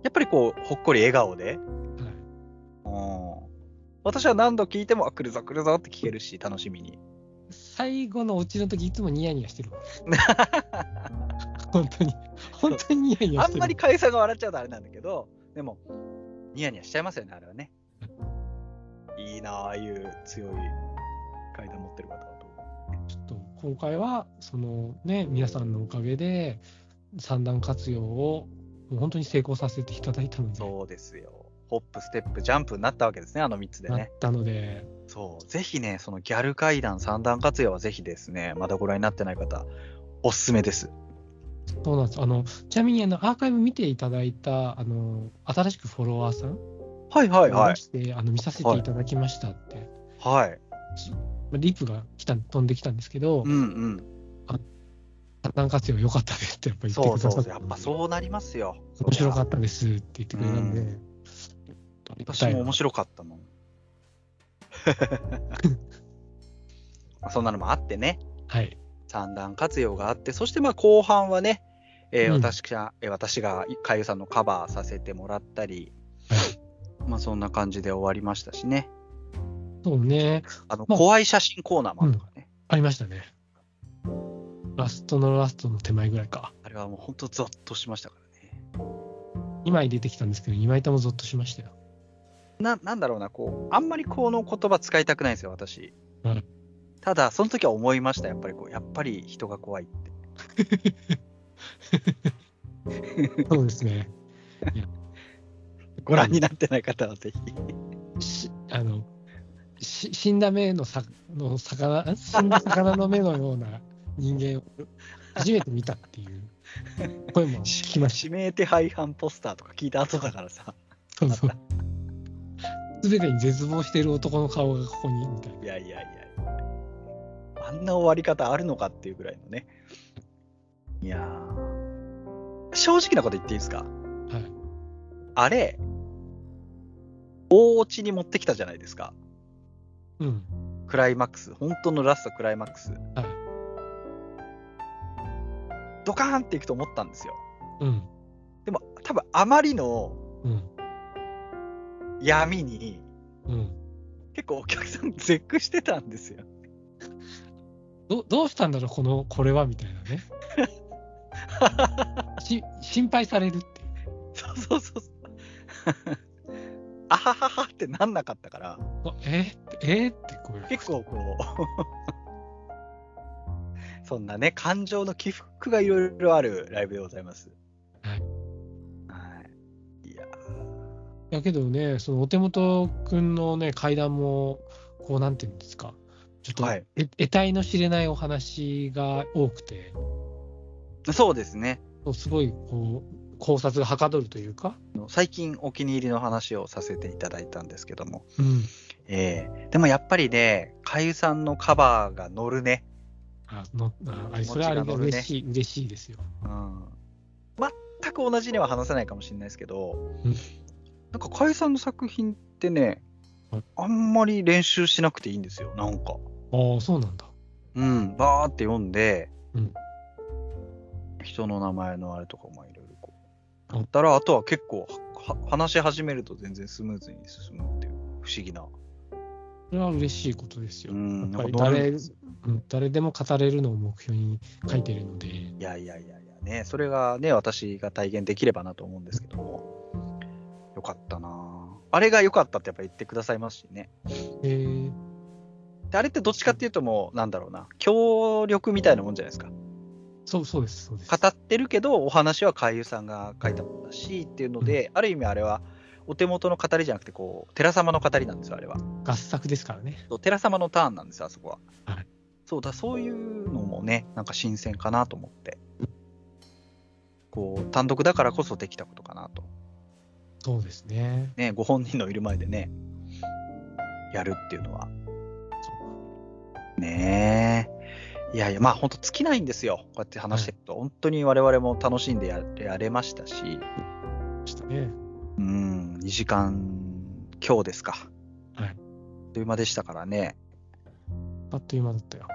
Speaker 1: やっぱりこう、ほっこり笑顔で、
Speaker 3: はい。
Speaker 1: うん、私は何度聞いても、あ、来るぞ来るぞって聞けるし、楽しみに。
Speaker 3: 最後のオチの時いつもニヤニヤしてるも ん。本当に。本当にニヤニヤ
Speaker 1: あ
Speaker 3: して
Speaker 1: ん
Speaker 3: る。
Speaker 1: まり会社が笑っちゃうとあれなんだけど、でも、ニヤニヤしちゃいますよね、あれはね。いいなあ、ああいう強い階段持ってる方はと。
Speaker 3: ちょっと今回は、そのね、皆さんのおかげで、三段活用をもう本当に成功させていただいたので、
Speaker 1: そうですよ。ホップ、ステップ、ジャンプになったわけですね、あの3つで
Speaker 3: な
Speaker 1: ね
Speaker 3: っ。たので、
Speaker 1: そう、ぜひね、そのギャル階段三段活用はぜひですね、まだご覧になってない方、おすすめです。
Speaker 3: そうなんです。あの、ちなみに、あの、アーカイブ見ていただいた、あの、新しくフォロワーさん
Speaker 1: はいはい
Speaker 3: が
Speaker 1: はい
Speaker 3: い。して、あの、見させていただきましたって、
Speaker 1: はい。
Speaker 3: まあリプが来た、飛んできたんですけど
Speaker 1: う、んうん。
Speaker 3: 簡単活用良かったですってやっぱ言って
Speaker 1: そ
Speaker 3: く
Speaker 1: う
Speaker 3: ださ
Speaker 1: そう
Speaker 3: ったの
Speaker 1: そ
Speaker 3: で
Speaker 1: う、やっぱそうなりますよ。
Speaker 3: 面白か
Speaker 1: っ
Speaker 3: ったですって言ってくれたんで、
Speaker 1: う
Speaker 3: ありが
Speaker 1: 私
Speaker 3: たい
Speaker 1: も面白かったもん。 そんなのもあってね、
Speaker 3: はい。
Speaker 1: 三段活用があって、そしてまあ後半はね、えー
Speaker 3: うん
Speaker 1: 私が、えー私が、かゆさんのカバーさせてもらったり、まあそんな感じで終わりましたしね。
Speaker 3: そうね、
Speaker 1: あの、
Speaker 3: まあ
Speaker 1: 怖い写真コーナーもあったからね。
Speaker 3: ありましたね。ラストのラストの手前ぐらいか。
Speaker 1: あれはもう本当ゾッとしましたからね。
Speaker 3: 2枚出てきたんですけど、2枚ともゾッとしましたよ。
Speaker 1: な、なんだろうな、こう、あんまりこの言葉使いたくないんですよ、私。
Speaker 3: うん
Speaker 1: ただ、その時は思いました、やっぱりこう、やっぱり人が怖いって。
Speaker 3: そうですね。
Speaker 1: ご覧になってない方はぜひ。
Speaker 3: しあのし死んだ目のさの魚、ん死んだ魚の目のような人間を初めて見たっていう声も聞きまし
Speaker 1: 指名手配犯ポスターとか聞いた後だからさ。。
Speaker 3: た。そうそう。すべてに絶望している男の顔がここにみたいない
Speaker 1: やいやいや。あんな終わり方あるのかっていうぐらいのね。いやー。正直なこと言っていいですか
Speaker 3: はい。
Speaker 1: あれ、大落ちに持ってきたじゃないですか。
Speaker 3: うん。
Speaker 1: クライマックス、本当のラストクライマックス。
Speaker 3: はい。
Speaker 1: ドカーンっていくと思ったんですよ。
Speaker 3: うん。
Speaker 1: でも、多分あまりの
Speaker 3: うん。
Speaker 1: 闇に、
Speaker 3: うん。
Speaker 1: 結構お客さん絶句してたんですよ。
Speaker 3: どどうしたんだろう、この、これはみたいな ね。し心配されるっていう。
Speaker 1: そうそうそう そう。あはははってなんなかったから、
Speaker 3: あえーってえーってこういう。
Speaker 1: 結構こう、 そんなね、感情の起伏がいろいろあるライブでございます。
Speaker 3: はい
Speaker 1: はい。いや
Speaker 3: やけどね、そのお手元くんのね、階段も、こう、なんていうんですか、ちょっと、
Speaker 1: はい
Speaker 3: え得体の知れないお話が多くて、
Speaker 1: ーそうですね。
Speaker 3: そうすごい、こう、考察がはかどるというか、
Speaker 1: 最近お気に入りの話をさせていただいたんですけども、
Speaker 3: うん。
Speaker 1: えーでもやっぱりね、かゆさんのカバーが乗るね。
Speaker 3: あのあ
Speaker 1: 気持ちが
Speaker 3: あれそれはあれが
Speaker 1: 乗るね
Speaker 3: 嬉しい、嬉しいですよ。
Speaker 1: うん、全く同じには話せないかもしれないですけど、
Speaker 3: うん
Speaker 1: なんかかゆさんの作品ってね
Speaker 3: はい、
Speaker 1: あんまり練習しなくていいんですよ、なんか。
Speaker 3: ああ、そうなんだ。
Speaker 1: うん、バーって読んで、
Speaker 3: うん
Speaker 1: 人の名前のあれとかもいろいろこう。だったら、あとは結構は、は話し始めると全然スムーズに進むっていう、不思議な。
Speaker 3: それは嬉しいことですよ。
Speaker 1: うん
Speaker 3: やっぱり
Speaker 1: なんか
Speaker 3: 誰うん誰でも語れるのを目標に書いてるので、
Speaker 1: いやいやいやいやね、それがね、私が体現できればなと思うんですけども、よかったなぁあれが良かったってやっぱ言ってくださいますしね。
Speaker 3: えー
Speaker 1: であれってどっちかっていうともう、なんだろうな、協力みたいなもんじゃないですか。
Speaker 3: そうそうです、そうです。
Speaker 1: 語ってるけど、お話は海遊さんが書いたものだしっていうので、ある意味あれは、お手元の語りじゃなくて、こう、寺様の語りなんですよ、あれは。
Speaker 3: 合作ですからね。
Speaker 1: そう寺様のターンなんですよ、あそこは。
Speaker 3: はい
Speaker 1: そうだ、そういうのもね、なんか新鮮かなと思って。こう、単独だからこそできたことかなと。
Speaker 3: そうですね。
Speaker 1: ね、ご本人のいる前でね、やるっていうのは。ねえ。いやいや、まあ本当尽きないんですよ。こうやって話してると、本当に我々も楽しんでやれやれましたし、
Speaker 3: でしたね。
Speaker 1: うん、2時間強ですか。
Speaker 3: はい。
Speaker 1: あっという間でしたからね。
Speaker 3: あっという間だったよ。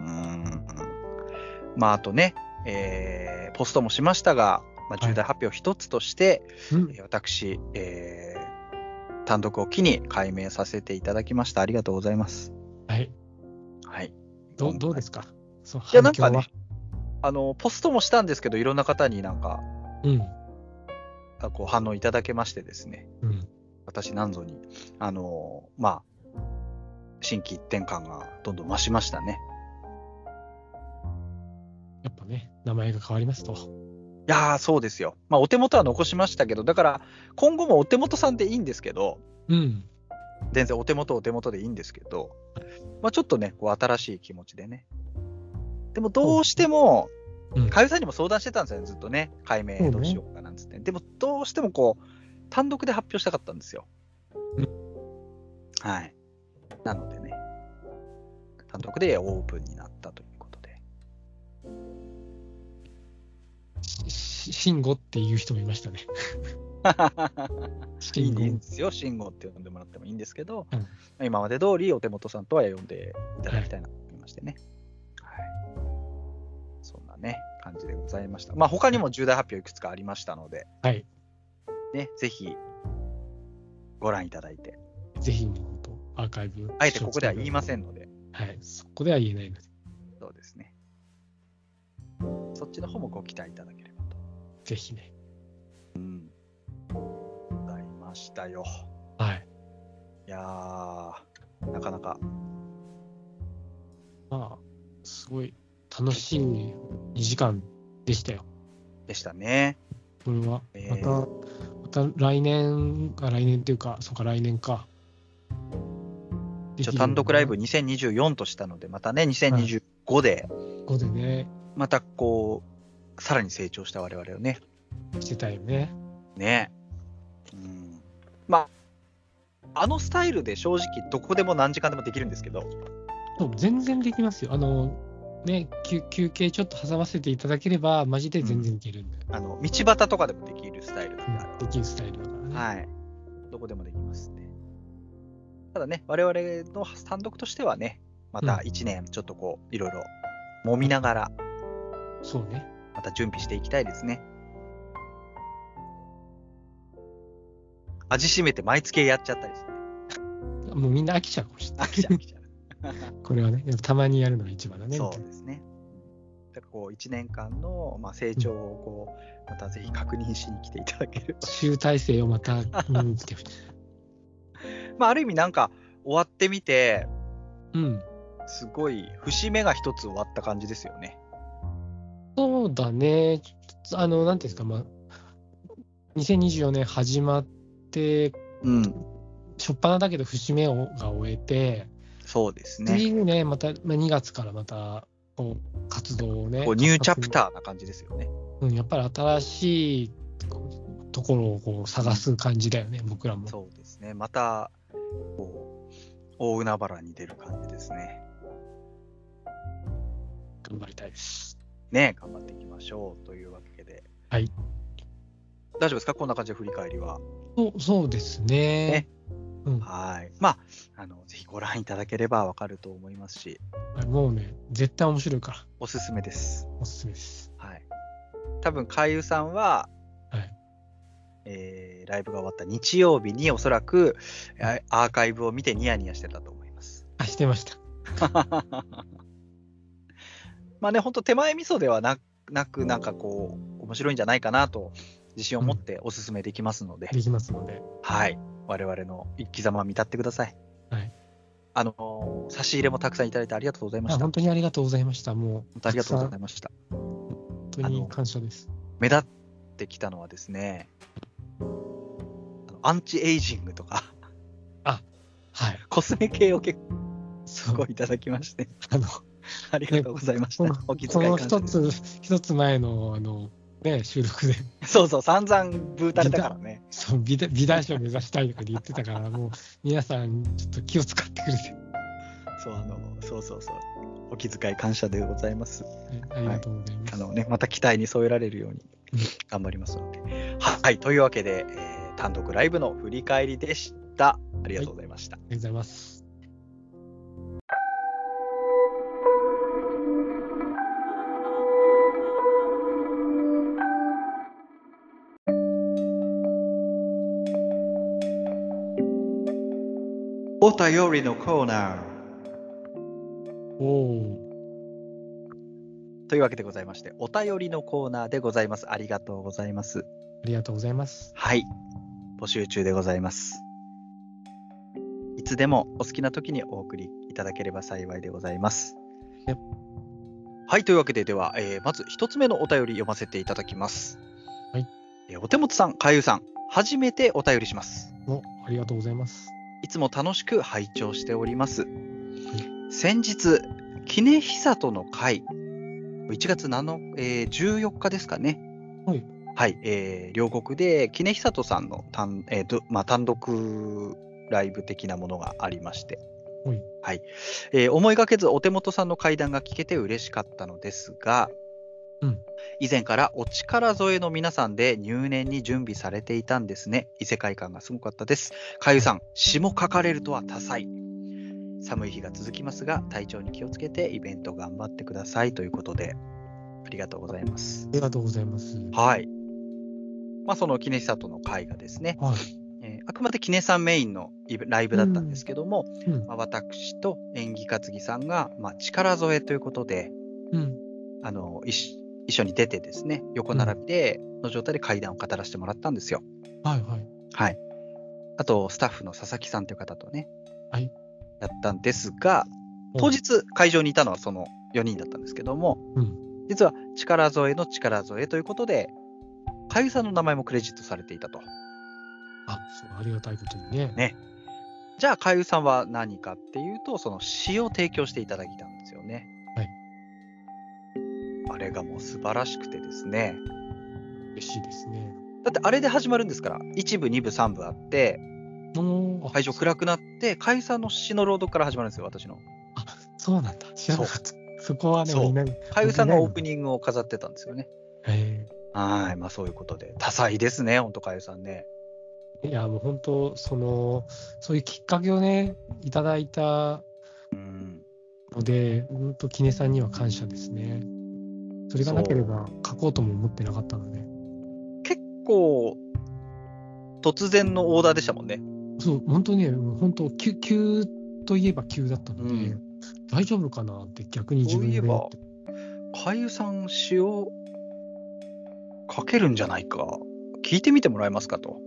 Speaker 1: うーんまあ、あとね、えーポストもしましたが、まあ、
Speaker 3: はい
Speaker 1: 重大発表一つとして、
Speaker 3: うん
Speaker 1: えー私、えー単独を機に解明させていただきました。ありがとうございます。
Speaker 3: はい。
Speaker 1: はい。
Speaker 3: どうどうですかそう
Speaker 1: いや、なんか
Speaker 3: 反響
Speaker 1: ね
Speaker 3: は、
Speaker 1: あの、ポストもしたんですけど、いろんな方になんか、あこう反応いただけましてですね、
Speaker 3: うん。うん。
Speaker 1: 私なんぞに、あの、まあ、新規一転感がどんどん増しましたね。
Speaker 3: やっぱね、名前が変わりますと。
Speaker 1: いやー、そうですよ。まあ、お手元は残しましたけど、だから、今後もお手元さんでいいんですけど、
Speaker 3: うん。
Speaker 1: 全然お手元お手元でいいんですけど、まあ、ちょっとね、こう新しい気持ちでね。でもどうしても、
Speaker 3: うん
Speaker 1: かゆさんにも相談してたんですよね、ずっとね、解明どうしようかなんつって。でもどうしてもこう、単独で発表したかったんですよ。
Speaker 3: う
Speaker 1: はい。なのでね、単独でオープンになったということで。
Speaker 3: しし慎吾っていう人もいましたね。
Speaker 1: いい
Speaker 3: 慎吾。
Speaker 1: んですよ、信号って呼んでもらってもいいんですけど、
Speaker 3: うん
Speaker 1: まあ今まで通りお手元さんとは呼んでいただきたいなと思いましてね。はい。そんなね、感じでございました。まあ、他にも重大発表いくつかありましたので、
Speaker 3: はい。
Speaker 1: ね、ぜひご覧いただいて、
Speaker 3: ぜひ、本当アーカイブ。
Speaker 1: あえてここでは言いませ
Speaker 3: ん。
Speaker 1: んので、
Speaker 3: はい。そこでは言えないので、
Speaker 1: そうですね。そっちの方もご期待いただければと
Speaker 3: ぜひね。
Speaker 1: ございましたよ。
Speaker 3: はい。
Speaker 1: いやー、なかなか、
Speaker 3: まあ、すごい楽しい2時間でしたよ。
Speaker 1: でしたね。
Speaker 3: これは、
Speaker 1: え
Speaker 3: ま
Speaker 1: ー
Speaker 3: た、また来年か来年っていうか、そうか、来年か。
Speaker 1: 一応単独ライブ
Speaker 3: に。
Speaker 1: 2024としたので、またね、2025で、
Speaker 3: ここでね、
Speaker 1: またこう、さらに成長した我々をね、
Speaker 3: してたよね。
Speaker 1: ね。うん。まあ、あのスタイルで正直、どこでも何時間でもできるんですけど、
Speaker 3: そう全然できますよ。あの、ね、休休憩ちょっと挟ませていただければ、マジで全然いけるんで、
Speaker 1: あの、道端とかでもできるスタイルなんで、あれは
Speaker 3: できるスタイルだからね。
Speaker 1: はい。どこでもできますね。ただね、我々の単独としてはね、また1年、ちょっとこう、いろいろ揉みながら、
Speaker 3: そうね。
Speaker 1: また準備していきたいですね。味しめて毎月やっちゃったりして、
Speaker 3: もうみんな飽きちゃうかもしれな
Speaker 1: 飽
Speaker 3: い。
Speaker 1: きちゃう飽きち ゃう。
Speaker 3: これはね、やっぱたまにやるのが一番だね。
Speaker 1: そうですね。だからこう1年間の、まあ、成長をこう、またぜひ確認しに来ていただければ。
Speaker 3: 集大成をまた見に来てほしい。
Speaker 1: まあ、ある意味なんか終わってみて、
Speaker 3: うん。
Speaker 1: すごい節目が一つ終わった感じですよね。
Speaker 3: そうだね。あの、なんていうんですか、まあ、2024年始まって、
Speaker 1: うん、
Speaker 3: 初っ端だけど節目をが終えて、
Speaker 1: そうですね。
Speaker 3: 次にね、また、まあ、2月からまた、こう、活動をね。
Speaker 1: こうニューチャプターな感じですよね。
Speaker 3: うん、やっぱり新しいこうところをこう探す感じだよね、僕らも。
Speaker 1: そうですね。また、こう、大海原に出る感じですね。
Speaker 3: 頑張りたいです。
Speaker 1: ね、頑張っていきましょうというわけで。
Speaker 3: はい。
Speaker 1: 大丈夫ですかこんな感じで振り返りは。
Speaker 3: そうそうですね。
Speaker 1: ね
Speaker 3: うん、
Speaker 1: はい。まあ、あの、ぜひご覧いただければわかると思いますし、
Speaker 3: もうね、絶対面白いか
Speaker 1: おすすめです
Speaker 3: ら、。おすすめです。
Speaker 1: はい。多分海優さんは、
Speaker 3: はい
Speaker 1: えーライブが終わった日曜日におそらくあアーカイブを見てニヤニヤしてたと思います。
Speaker 3: あ、してました。
Speaker 1: まあね、本当手前味噌ではななく、なんかこう、面白いんじゃないかなと自信を持ってお勧めできますので、
Speaker 3: できますので。
Speaker 1: はい。我々の生き様を見立ってください。
Speaker 3: はい。
Speaker 1: あのー差し入れもたくさんいただいてありがとうございま
Speaker 3: あ
Speaker 1: した。
Speaker 3: 本
Speaker 1: 本
Speaker 3: 当にありがとうございました。もう、
Speaker 1: 当ありがとうござ
Speaker 3: たく
Speaker 1: いました。
Speaker 3: さん本当に感謝です。
Speaker 1: 目立ってきたのはですね、あのアンチエイジングとか、
Speaker 3: はい。
Speaker 1: コスメ系を結
Speaker 3: す
Speaker 1: 構いただきまして、
Speaker 3: あの、
Speaker 1: ありがとうございました
Speaker 3: ね。
Speaker 1: お気
Speaker 3: こ
Speaker 1: 遣い
Speaker 3: の
Speaker 1: 感謝
Speaker 3: 一
Speaker 1: です。
Speaker 3: つ、一つ前の、あの、ね、収録で、
Speaker 1: そうそう、散々ブータれたからね。
Speaker 3: そう美大美大師を目指したいとかで言って たから、もう、皆さん、ちょっと気を使ってくれて、
Speaker 1: そう、あの、そうそうそう。お気遣い感謝でございます。
Speaker 3: はいありがとうございま
Speaker 1: あ
Speaker 3: す。
Speaker 1: のね、また期待に添えられるように
Speaker 3: うん
Speaker 1: 頑張りますので。はい、というわけで、えー単独ライブの振り返りでした。ありがとうございました。
Speaker 3: ありがとうございます。
Speaker 1: お便りのコーナ
Speaker 3: おお
Speaker 1: ー。というわけでございまして、お便りのコーナーでございます。ありがとうございます。
Speaker 3: ありがとうございます。
Speaker 1: はい。募集中でございます。いつでもお好きな時にお送りいただければ幸いでございます。
Speaker 3: Yep
Speaker 1: はい。というわけで、では、えーまず一つ目のお便り読ませていただきます。
Speaker 3: はい。
Speaker 1: えーお手元さん、かゆうさん、初めてお便りします。
Speaker 3: お、ありがとうございます。
Speaker 1: いつも楽しく拝聴しております。先日、杵久との会、1月7、えー14日ですかね。
Speaker 3: はい。
Speaker 1: はい、えー両国で杵久とさんの単,、えーどまあ、単独ライブ的なものがありまして、
Speaker 3: はい
Speaker 1: えー思いがけずお手元さんの会談が聞けて嬉しかったのですが、
Speaker 3: うん
Speaker 1: 以前からお力添えの皆さんで入念に準備されていたんですね。異世界観がすごかったです。かゆさん、詩も書かれるとは多彩。寒い日が続きますが、体調に気をつけてイベント頑張ってくださいということで、ありがとうございます
Speaker 3: あ。りがとうございます。は
Speaker 1: はい。まあ、その杵久との会がですね、
Speaker 3: い。
Speaker 1: えーあくまで杵さんメインのイベライブだったんですけども、
Speaker 3: うん
Speaker 1: ま。あ、私と演技担ぎさんが、まあ、力添えということで、
Speaker 3: うん。
Speaker 1: あの一緒一緒に出てですね、横並びで、の状態で会談を語らせてもらったんですよ。
Speaker 3: はいはい。
Speaker 1: はい。あと、スタッフの佐々木さんという方とね、
Speaker 3: はい
Speaker 1: やったんですが、当日会場にいたのはその4人だったんですけども、
Speaker 3: うん
Speaker 1: 実は力添えの力添えということで、かゆさんの名前もクレジットされていたと。
Speaker 3: あ、そう、ありがたいことにね。
Speaker 1: ねじゃあ、かゆさんは何かっていうと、その詩を提供していただいたんですよね。
Speaker 3: はい。
Speaker 1: あれがもう素晴らしくてですね。
Speaker 3: 嬉しいですね。
Speaker 1: だってあれで始まるんですから、1部、2部、3部あって、
Speaker 3: おお。
Speaker 1: 会場暗くなって、かゆさんの詩の朗読から始まるんですよ、私の。
Speaker 3: そうなんだ。知らなかった。そこはね、
Speaker 1: そう
Speaker 3: みんなに。
Speaker 1: かゆさんがオープニングを飾ってたんですよね。
Speaker 3: え
Speaker 1: はい、まあそういうことで。多彩ですね、ほんと、かゆさんね。
Speaker 3: ーいや、もう本当、その、そういうきっかけをね、いただいた
Speaker 1: うん。
Speaker 3: ので、本当、キネさんには感謝ですね。それがなければ書こうとも思ってなかったので。
Speaker 1: 結構、突然のオーダーでしたもんね。
Speaker 3: そう、本当ね、もう本当、急、急といえば急だったので、
Speaker 1: う
Speaker 3: 大丈夫かなって逆に自
Speaker 1: そう
Speaker 3: 分
Speaker 1: い
Speaker 3: で
Speaker 1: え
Speaker 3: 思
Speaker 1: ば
Speaker 3: って。、
Speaker 1: かゆさん詩を書けるんじゃないか、聞いてみてもらえますかと。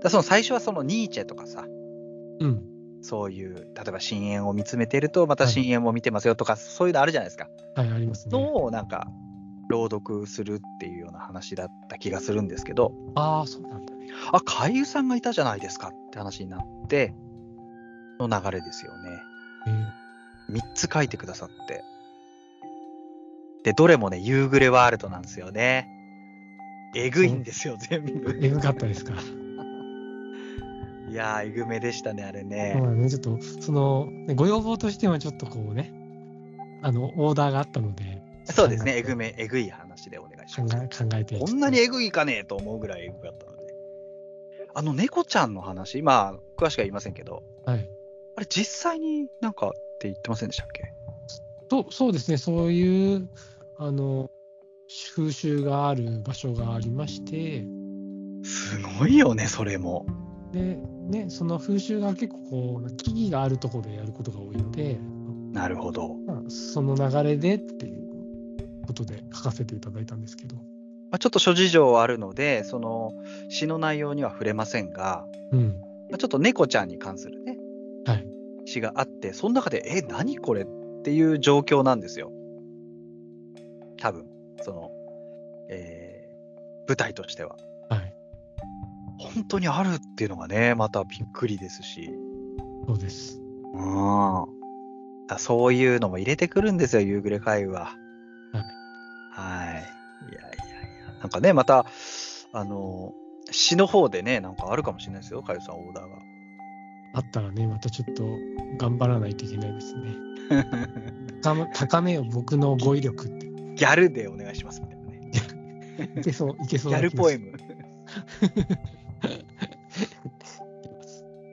Speaker 1: だその最初はそのニーチェとかさ、
Speaker 3: うん。
Speaker 1: そういう、例えば深淵を見つめてると、また
Speaker 3: はい
Speaker 1: 深淵も見てますよとか、そういうのあるじゃないですか。
Speaker 3: はい、ありますね。
Speaker 1: のをなんか、朗読するっていうような話だった気がするんですけど、
Speaker 3: ああ、そうなんだね。
Speaker 1: あ、かゆさんがいたじゃないですかって話になって、の流れですよね。
Speaker 3: え
Speaker 1: 3つ書いてくださって。で、どれもね、夕暮れワールドなんですよね。えぐいんですよ、全部。
Speaker 3: ー、えぐかったですか。
Speaker 1: いやー、えぐめでしたね、あれ
Speaker 3: ま
Speaker 1: ね。
Speaker 3: あね、ちょっと、その、ねご要望としてはちょっとこうね、あの、オーダーがあったので、
Speaker 1: そうですね、えぐ
Speaker 3: 考
Speaker 1: め、えぐい話でお願いし
Speaker 3: え
Speaker 1: ま
Speaker 3: 考
Speaker 1: す。
Speaker 3: え考えていきたい
Speaker 1: こんなにえぐいかねえと思うぐらいえぐかったので。あの、猫ちゃんの話、まあ、詳しくは言いませんけど、
Speaker 3: はい。
Speaker 1: あれ、実際になんかって言ってませんでしたっけ
Speaker 3: そうそうですね、そういう、あの、風習がある場所がありまして、
Speaker 1: すごいよね、それも。
Speaker 3: で、ね、その風習が結構こう、木々があるところでやることが多いので、
Speaker 1: なるほど。
Speaker 3: まあ、その流れでっていうことで書かせていただいたんですけど。
Speaker 1: まあ、ちょっと諸事情はあるので、その詩の内容には触れませんが、
Speaker 3: うん。
Speaker 1: まあちょっと猫ちゃんに関するね、
Speaker 3: はい
Speaker 1: 詩があって、その中で、え、何これっていう状況なんですよ。多分、その、えー舞台としては。
Speaker 3: はい。
Speaker 1: 本当にあるっていうのがね、またびっくりですし。
Speaker 3: そうです。
Speaker 1: うん。だそういうのも入れてくるんですよ、夕暮れ会話。はい。いやいやいや。なんかね、また、あの、詩の方でね、なんかあるかもしれないですよ、かゆさんオーダーが。
Speaker 3: あったらね、またちょっと頑張らないといけないですね。高め高めよ、僕の語彙力って。
Speaker 1: ギャルでお願いしますみたいなね。
Speaker 3: いけそう、いけそ
Speaker 1: ギ
Speaker 3: うな
Speaker 1: ャ
Speaker 3: 気が
Speaker 1: ルポエ
Speaker 3: し
Speaker 1: ム。
Speaker 3: ます。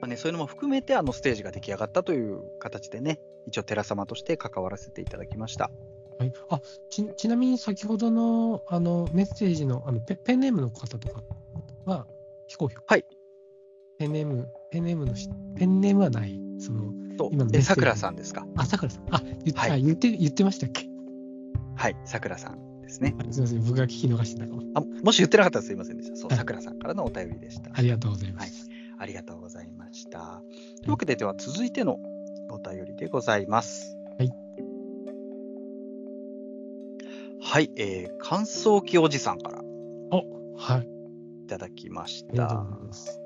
Speaker 1: まあね、そういうのも含めて、あのステージが出来上がったという形でね、一応、寺様として関わらせていただきました。
Speaker 3: はい、あちちなみに先ほどのあのメッセージのあのペペンネームの方とかは非公表。
Speaker 1: はい。
Speaker 3: ペンネーム、ペンネームのし、ペンネームはない。その、
Speaker 1: と
Speaker 3: 今の
Speaker 1: え
Speaker 3: メッ、セージ
Speaker 1: さくらさんですか。
Speaker 3: あ、さくらさん。あ、言って、
Speaker 1: はい
Speaker 3: あ言って、言ってましたっけ、
Speaker 1: はい、さくらさんですね。
Speaker 3: はい、すみません、僕が聞き逃してたかも。
Speaker 1: あもし言ってなかったらすいませんでした。そう、
Speaker 3: はい
Speaker 1: さくらさんからのお便りでした。
Speaker 3: ありがとうございます。
Speaker 1: ありがとうございました。というわけで、では続いてのお便りでございます。
Speaker 3: はい。
Speaker 1: はい、えー、乾燥機おじさんからい
Speaker 3: お、はい。
Speaker 1: ただきまし
Speaker 3: ありがとう
Speaker 1: た
Speaker 3: ご。ざいます。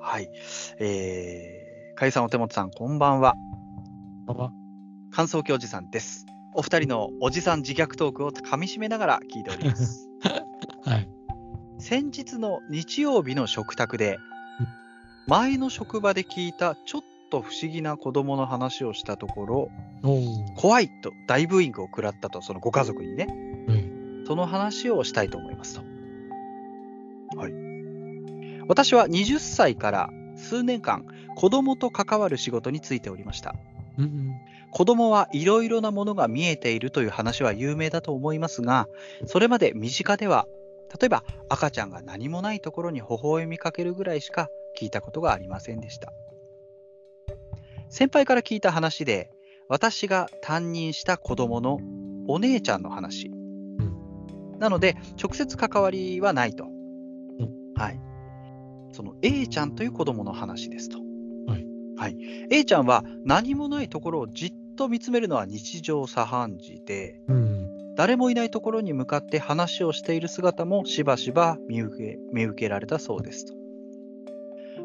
Speaker 1: はい。えー、かゆさん、お手元さん、こんばんは。
Speaker 3: こんばんは
Speaker 1: 乾燥機おじさんです。お二人のおじさん自虐トークを噛み締めながら聞いており ます。
Speaker 3: はい。
Speaker 1: 先日の日曜日の食卓で前の職場で聞いたちょっと不思議な子供の話をしたところ
Speaker 3: おー
Speaker 1: 怖いと大ブーイングを食らったとそのご家族にね
Speaker 3: うん。
Speaker 1: その話をしたいと思いますと、はい、私は20歳から数年間子供と関わる仕事についておりました
Speaker 3: うんうん。
Speaker 1: 子供はいろいろなものが見えているという話は有名だと思いますが、それまで身近では、例えば赤ちゃんが何もないところに微笑みかけるぐらいしか聞いたことがありませんでした。先輩から聞いた話で、私が担任した子供のお姉ちゃんの話。なので、直接関わりはないと。はい。その A ちゃんという子供の話ですと。A ちゃんは何もないところをじっと見つめるのは日常茶飯事で
Speaker 3: うん。
Speaker 1: 誰もいないところに向かって話をしている姿もしばしば見受け見受けられたそうですと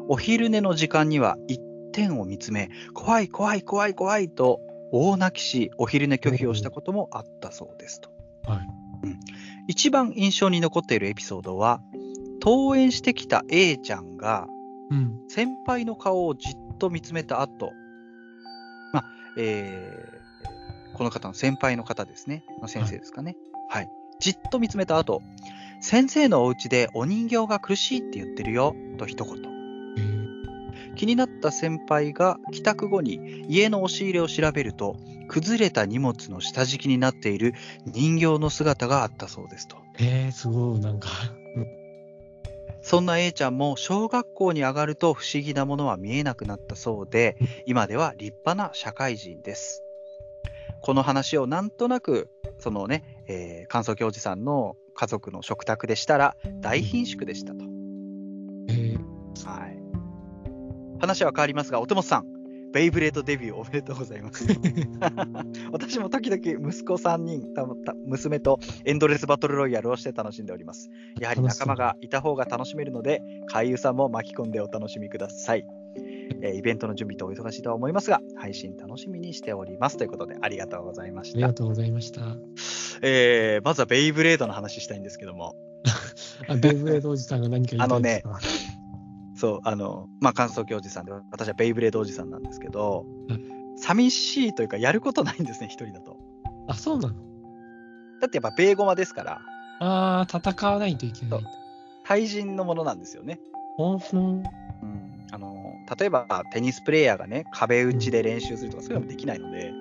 Speaker 1: お昼寝の時間には一点を見つめ怖い怖い怖い怖いと大泣きしお昼寝拒否をしたこともあったそうですと
Speaker 3: はい。
Speaker 1: 一番印象に残っているエピソードは登園してきた A ちゃんが
Speaker 3: うん。
Speaker 1: 先輩の顔をじっと見つめた後、まあえーこの方の先輩の方ですね、まあ先生ですかね、はい、じっと見つめた後、先生のお家でお人形が苦しいって言ってるよと一言。
Speaker 3: えー
Speaker 1: 気になった先輩が帰宅後に家の押し入れを調べると、崩れた荷物の下敷きになっている人形の姿があったそうですと。
Speaker 3: えー、すごい、なんか。
Speaker 1: そんな A ちゃんも小学校に上がると不思議なものは見えなくなったそうで、今では立派な社会人です。この話をなんとなく、そのね、えー、乾燥教授さんの家族の食卓でしたら、大貧縮でしたと。
Speaker 3: えー、
Speaker 1: はい。話は変わりますが、お手元さん、ベイブレードデビューおめでとうござい ます。私も時々息子3人、たた娘とエンドレスバトルロイヤルをして楽しんでおります。やはり仲間がいた方が楽しめるので、俳優さんも巻き込んでお楽しみください。えーイベントの準備とお忙しいとは思いますが、配信楽しみにしております。ということで、ありがとうございま
Speaker 3: あ
Speaker 1: し
Speaker 3: りが
Speaker 1: た。
Speaker 3: とうございました。
Speaker 1: えーまずはベイブレードの話したいんですけども、
Speaker 3: あ、ベイブレードおじさんが何か言いたいですか。
Speaker 1: そう、あの、まあ、感想教授さんで、私はベイブレードおじさんなんですけど
Speaker 3: う、
Speaker 1: 寂しいというか、やることないんですね、一人だと。
Speaker 3: あ、そうなの
Speaker 1: だってやっぱ、ベーゴマですから、
Speaker 3: ああ、戦わないといけない。
Speaker 1: 対人のものなんですよね。
Speaker 3: ほんほん。
Speaker 1: うん、あの例えば、テニスプレーヤーがね、壁打ちで練習するとか、そういうのもできないので、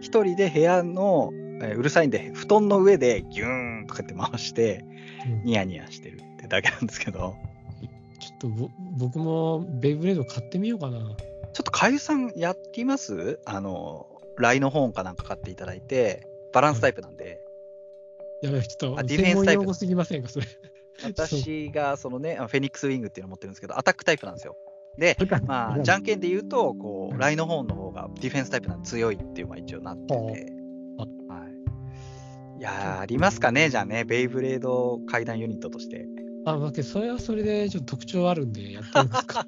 Speaker 1: 一人で部屋のえーうるさいんで、布団の上でギューンとかって回して、
Speaker 3: うん
Speaker 1: ニヤニヤしてるってだけなんですけど、
Speaker 3: ちょっとぼ僕もベイブレード買ってみようかな。
Speaker 1: ちょっとかゆさんやってみますあの、ライの本かなんか買っていただいて、バランスタイプなんで、
Speaker 3: やばい、ちょっ
Speaker 1: あ
Speaker 3: と
Speaker 1: ディフェンス
Speaker 3: 専門
Speaker 1: タイプ
Speaker 3: 用語すぎませんか、それ。
Speaker 1: 私がそのね、あのフェニックスウィングっていうの持ってるんですけど、アタックタイプなんですよ。で、まあ、じゃんけんで言うと、こう、ライの方の方がディフェンスタイプなんで強いっていうのは一応なってて。
Speaker 3: あ
Speaker 1: はい。いやー、ありますかね、じゃあね、ベイブレード階段ユニットとして。
Speaker 3: あ、まあけどそれはそれでちょっと特徴あるんで、やって みますか。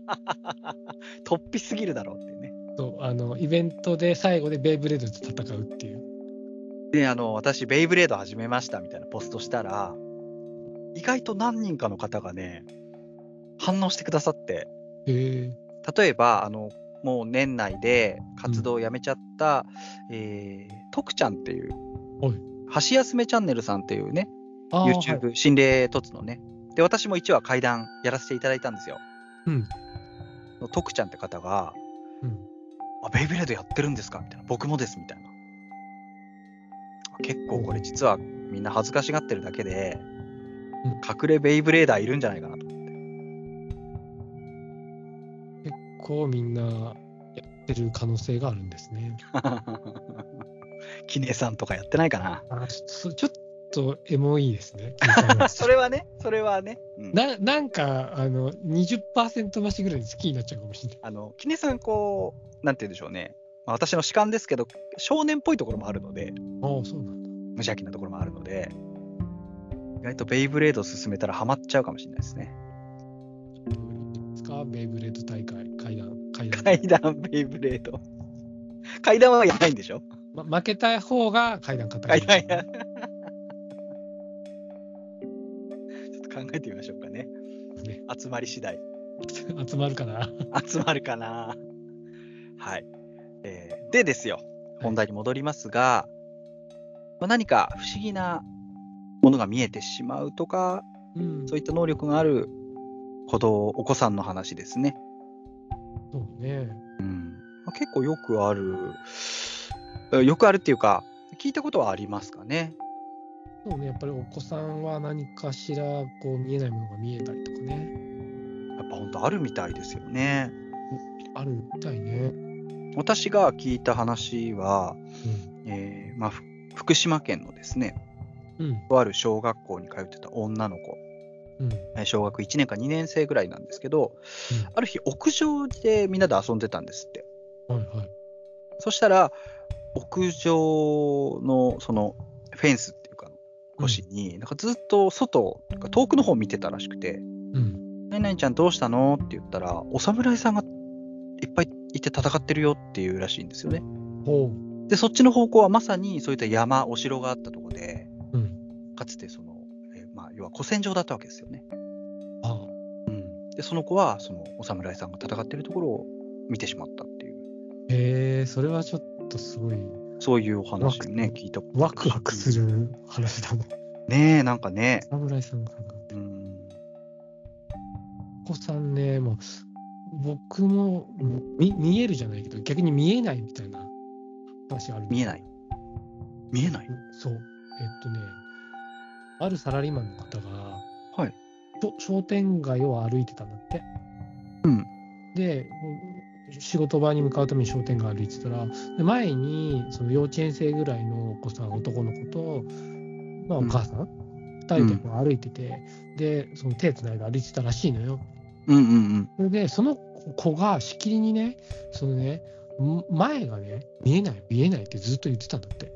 Speaker 1: 突飛すぎるだろうっていうね。
Speaker 3: そうあのイベントで最後でベイブレードと戦うっていう。
Speaker 1: で、あの、私、ベイブレード始めましたみたいなポストしたら、意外と何人かの方がね、反応してくださって、
Speaker 3: へえ
Speaker 1: 例えば、あの、もう年内で活動をやめちゃった、えー、徳ちゃんっていう
Speaker 3: はい、
Speaker 1: 箸休めチャンネルさんっていうね、
Speaker 3: あーはい
Speaker 1: YouTube 心霊凸のね。で、私も1話階段やらせていただいたんですよ。
Speaker 3: うん。
Speaker 1: の徳ちゃんって方が、
Speaker 3: うん
Speaker 1: あ、ベイブレードやってるんですかみたいな。僕もです、みたいな。あ結構これ実はみんな恥ずかしがってるだけで、
Speaker 3: うん
Speaker 1: 隠れベイブレーダーいるんじゃないかなと思って。
Speaker 3: 結構みんなやってる可能性があるんですね。
Speaker 1: キネさんとかやってないか な。
Speaker 3: あちょっとそちょっとエモいですね。
Speaker 1: それはね、それはね。うん
Speaker 3: ななんかあの20%増しぐらいに好きになっちゃうかもしれない。
Speaker 1: あの、キネさん、こう、なんて言うんでしょうね。まあ、私の主観ですけど、少年っぽいところもあるので、
Speaker 3: ああ、そうなんだ。
Speaker 1: 無邪気なところもあるので、意外とベイブレード進めたらハマっちゃうかもしれないですね。
Speaker 3: ですかベイブレード大会、階段、階段。
Speaker 1: 階段、ベイブレード。階段はやらないんでしょ
Speaker 3: ま、負けた方が階段硬
Speaker 1: 階
Speaker 3: い。
Speaker 1: 段や。ち ょっと考えてみましょうかね。
Speaker 3: ね
Speaker 1: 集まり次第。
Speaker 3: 集まるか な。
Speaker 1: 集まるかな。はい。えーでですよ、本題に戻りますが、まあ、何か不思議なものが見えてしまうとか、
Speaker 3: うん、
Speaker 1: そう
Speaker 3: そう
Speaker 1: いった能力がある子供、お子さんの話ですね。
Speaker 3: ね。
Speaker 1: うんまあ、結構よくある、えよくあるっていうか、聞いたことはありますかね。
Speaker 3: そうね、やっぱりお子さんは何かしらこう見えないものが見えたりとかね。
Speaker 1: やっぱ本当あるみたいですよね。
Speaker 3: あるみたいね。
Speaker 1: 私が聞いた話は、えーまあ、ふ福島県のですね、
Speaker 3: うん。うん。
Speaker 1: とある小学校に通ってた女の子、
Speaker 3: うん。
Speaker 1: えー小学1年か2年生ぐらいなんですけど、ある日屋上でみんなで遊んでたんですって。
Speaker 3: はいはい。
Speaker 1: そしたら、屋上のそのフェンスっていうか、越しに、なんかずっと外、遠くの方を見てたらしくて、
Speaker 3: うん。
Speaker 1: 「何々ちゃんどうしたの?」って言ったらお侍さんがいっぱいいて戦ってるよっていうらしいんですよね。
Speaker 3: ほう。
Speaker 1: でそっちの方向はまさにそういった山お城があったところで
Speaker 3: うん。
Speaker 1: かつてその、えーまあ、要は古戦場だったわけですよね。
Speaker 3: あ
Speaker 1: うん、でその子はそのお侍さんが戦ってるところを見てしまったっていう
Speaker 3: へえ、それはちょっとすごい
Speaker 1: そういうお話を
Speaker 3: ワ
Speaker 1: ね
Speaker 3: ク
Speaker 1: 聞いたこと
Speaker 3: ワクワクする話だね。
Speaker 1: ねえなんかね。
Speaker 3: 侍さんが考えて。
Speaker 1: うん
Speaker 3: お子さんね、もう僕も見見えるじゃないけど、逆に見えないみたいな話ある。
Speaker 1: 見えない。見えない
Speaker 3: そう。えっとね、あるサラリーマンの方が、
Speaker 1: はい
Speaker 3: しょ商店街を歩いてたんだって。
Speaker 1: うん
Speaker 3: で、うん仕事場に向かうために商店街歩いてたら、で前にその幼稚園生ぐらいのお子さん、男の子と、まあ、お
Speaker 1: うん
Speaker 3: 母さん、二人でこう歩いてて、で、その手つないで歩いてたらしいのよ。
Speaker 1: うんうん
Speaker 3: それで、その子がしきりにね、そのね、ん前がね、見えない、見えないってずっと言ってたんだって。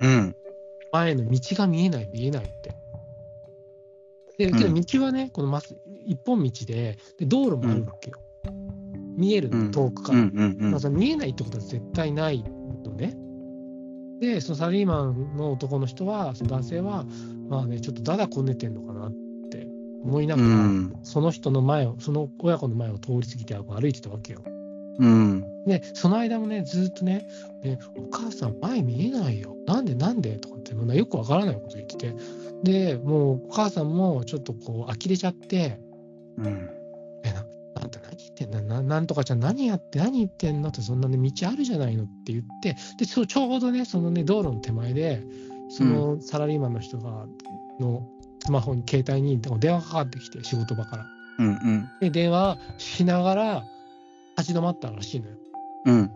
Speaker 1: うん。うん。
Speaker 3: 前の道が見えない、見えないって。で、
Speaker 1: うん
Speaker 3: けど道はね、このまっす一本道でで、道路もあるわけよ。見える
Speaker 1: う
Speaker 3: の、
Speaker 1: ん
Speaker 3: 遠くか
Speaker 1: うん
Speaker 3: ら。
Speaker 1: うんう
Speaker 3: まあ
Speaker 1: ん
Speaker 3: その見えないってことは絶対ないのね。で、そのサラリーマンの男の人は、その男性は、まあね、ちょっとだだこねてんのかなって思いな
Speaker 1: う
Speaker 3: がら、
Speaker 1: ん
Speaker 3: その人の前を、その親子の前を通り過ぎて歩いてたわけよ。
Speaker 1: うん
Speaker 3: で、その間もね、ずーっとね、ねお母さん、前見えないよ。なんでなんでとかって、もうよくわからないこと言ってて。で、もうお母さんもちょっとこう、呆れちゃって、
Speaker 1: うん
Speaker 3: え、なあんた何何言ってんだな、なんとかちゃん、何やって、何言ってんのって、そんなね、道あるじゃないのって言って、で、そうちょうどね、そのね、道路の手前で、そのサラリーマンの人が、のスマホに、携帯に電話がかかってきて、仕事場から。
Speaker 1: うん
Speaker 3: で、電話しながら、立ち止まったらしいのよ。
Speaker 1: うん。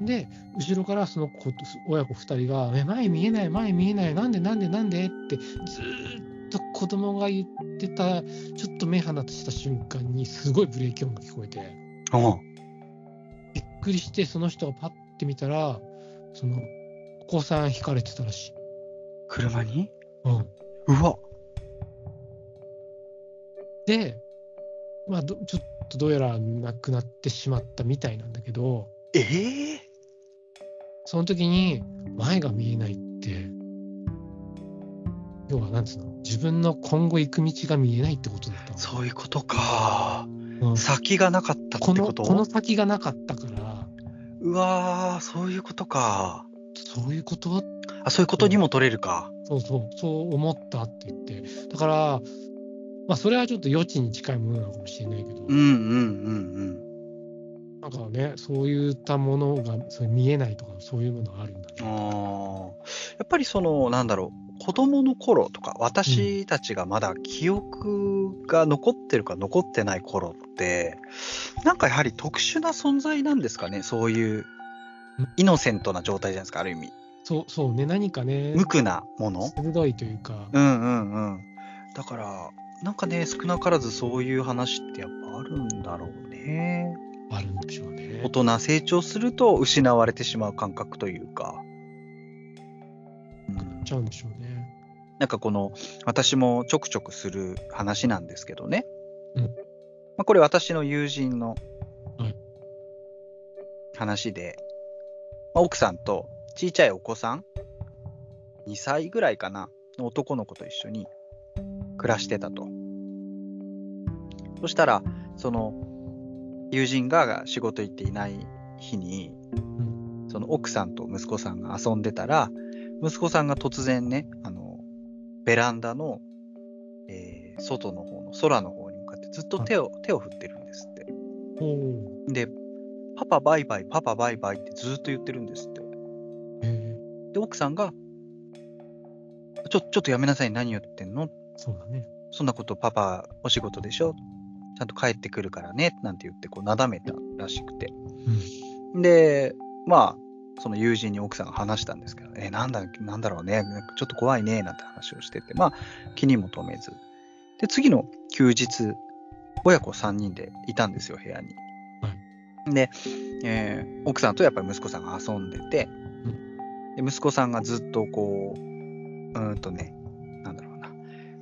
Speaker 1: うん。
Speaker 3: で、後ろからその子と親子二人が、え前見えない、前見えない、なんでなんでなんでって、ずーっと子供が言ってた、ちょっと目離した瞬間に、すごいブレーキ音が聞こえて、
Speaker 1: あ
Speaker 3: びっくりして、その人がパッて見たら、その、お子さん引かれてたらしい。
Speaker 1: 車に
Speaker 3: うん。
Speaker 1: うわ。
Speaker 3: で、まあど、ちょっとどうやら亡くなってしまったみたいなんだけど、
Speaker 1: ええ
Speaker 3: その時に前が見えないって、要はなんつうの、自分の今後行く道が見えないってことだったの
Speaker 1: そういうことか。
Speaker 3: うん
Speaker 1: 先がなかったっ
Speaker 3: こ
Speaker 1: て
Speaker 3: の
Speaker 1: こと
Speaker 3: この先がなかったから、
Speaker 1: うわー、そういうことか。
Speaker 3: そういうこと
Speaker 1: あ、そういうことにも取れるか。
Speaker 3: そうそう、そう思ったって言って、だから、まあ、それはちょっと余地に近いものなのかもしれないけど、
Speaker 1: うんうんうん
Speaker 3: なんかね、そういったものがそう見えないとか、そういうものがあるんだ
Speaker 1: うん。
Speaker 3: ね。
Speaker 1: あーやっぱりその、なんだろう。子供の頃とか、私たちがまだ記憶が残ってるか残ってない頃って、なんかやはり特殊な存在なんですかね、そういう
Speaker 3: うん、
Speaker 1: イノセントな状態じゃないですか、ある意味。
Speaker 3: そうそうね、何かね、
Speaker 1: 無垢なもの。
Speaker 3: 鋭いというか、
Speaker 1: うんうんうん。だから、なんかね、少なからずそういう話ってやっぱあるんだろうね。
Speaker 3: あるんでしょうね
Speaker 1: 大。人成長すると失われてしまう感覚というか。うん
Speaker 3: ちゃうんでしょうね。
Speaker 1: なんかこの、私もちょくちょくする話なんですけどね。
Speaker 3: うん
Speaker 1: まあ、これ私の友人の
Speaker 3: はい
Speaker 1: 話で、まあ、奥さんと小さいお子さん、2歳ぐらいかな、の男の子と一緒に暮らしてたと。そしたら、その、友人が仕事行っていない日に、その奥さんと息子さんが遊んでたら、息子さんが突然ね、あの、ベランダの、えー外の方の空の方に向かってずっと手を、手を振ってるんですって。
Speaker 3: おお。
Speaker 1: で、パパバイバイ、パパバイバイってずっと言ってるんですって。
Speaker 3: へえ
Speaker 1: で、奥さんが、ちょ、ちょっとやめなさい、何言ってんの
Speaker 3: そうだね。
Speaker 1: そんなことパパお仕事でしょちゃんと帰ってくるからねなんて言ってこうなだめたらしくて、でまあその友人に奥さんが話したんですけど「えなんだなんだろうねなんかちょっと怖いね」なんて話をしててまあ気にも留めずで次の休日親子3人でいたんですよ部屋に。
Speaker 3: は
Speaker 1: で、えー奥さんとやっぱり息子さんが遊んでて、で息子さんがずっとこううーんとねなんだろうな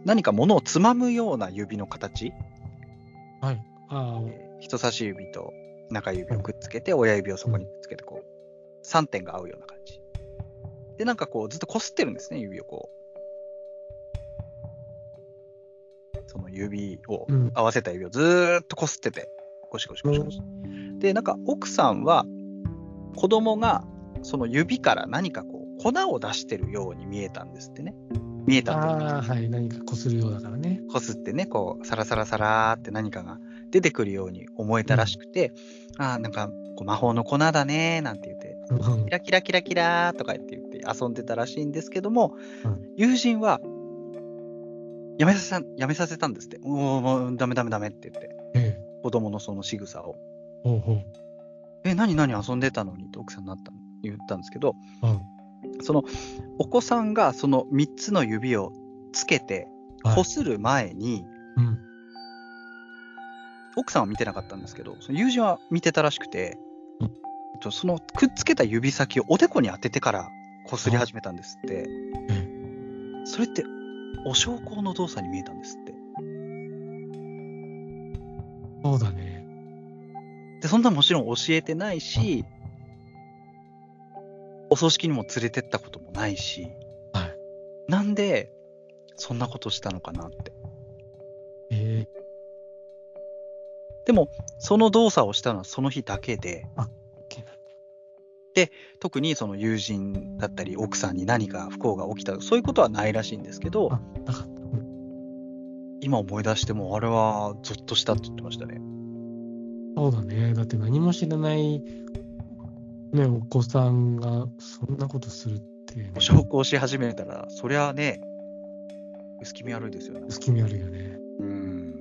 Speaker 1: 何か物をつまむような指の形、
Speaker 3: はい。ああ、
Speaker 1: えー人差し指と中指をくっつけて、親指をそこにくっつけて、こう、3点が合うような感じ。で、なんかこう、ずっとこすってるんですね、指をこう。その指を
Speaker 3: う、ん。
Speaker 1: 合わせた指をずーっとこすってて、ゴシゴシゴシゴシ。で、なんか奥さんは、子供が、その指から何かこう、粉を出してるように見えたんですってね。見えたというか
Speaker 3: ああ、はい。何かこするようだからね。
Speaker 1: こすってねこうサラサラサラーって何かが出てくるように思えたらしくて、ああなんかこう魔法の粉だねーなんて言って
Speaker 3: うん。
Speaker 1: キラキラキラキラーとか言って言って遊んでたらしいんですけども、
Speaker 3: うん
Speaker 1: 友人はやめさせたやめさせたんですっておおもうダメダメダメって言って
Speaker 3: ええ。
Speaker 1: 子供のその仕草を
Speaker 3: ほうほう。
Speaker 1: え何何遊んでたのにって奥さんになった言ったんですけど
Speaker 3: うん。
Speaker 1: そのお子さんがその3つの指をつけて
Speaker 3: はい
Speaker 1: こする前に、
Speaker 3: うん。
Speaker 1: 奥さんは見てなかったんですけど、その友人は見てたらしくて、
Speaker 3: うん
Speaker 1: えっとそのくっつけた指先をおでこに当ててからこすり始めたんですって、それってお焼香の動作に見えたんですって。
Speaker 3: そうだね。
Speaker 1: で、そんなもちろん教えてないし、お葬式にも連れてったこともないし、
Speaker 3: はい
Speaker 1: なんでそんなことしたのかなって。
Speaker 3: ええ。
Speaker 1: でも、その動作をしたのはその日だけで、特にその友人だったり奥さんに何か不幸が起きたそういうことはないらしいんですけど
Speaker 3: あ、なかった。うん
Speaker 1: 今思い出してもあれはゾッとしたって言ってましたね。
Speaker 3: そうだね。だって何も知らない、ね、お子さんがそんなことするって、ね、
Speaker 1: 証拠をし始めたら、そりゃあね、薄気味悪いですよね。
Speaker 3: 隙間あるよね。
Speaker 1: うん。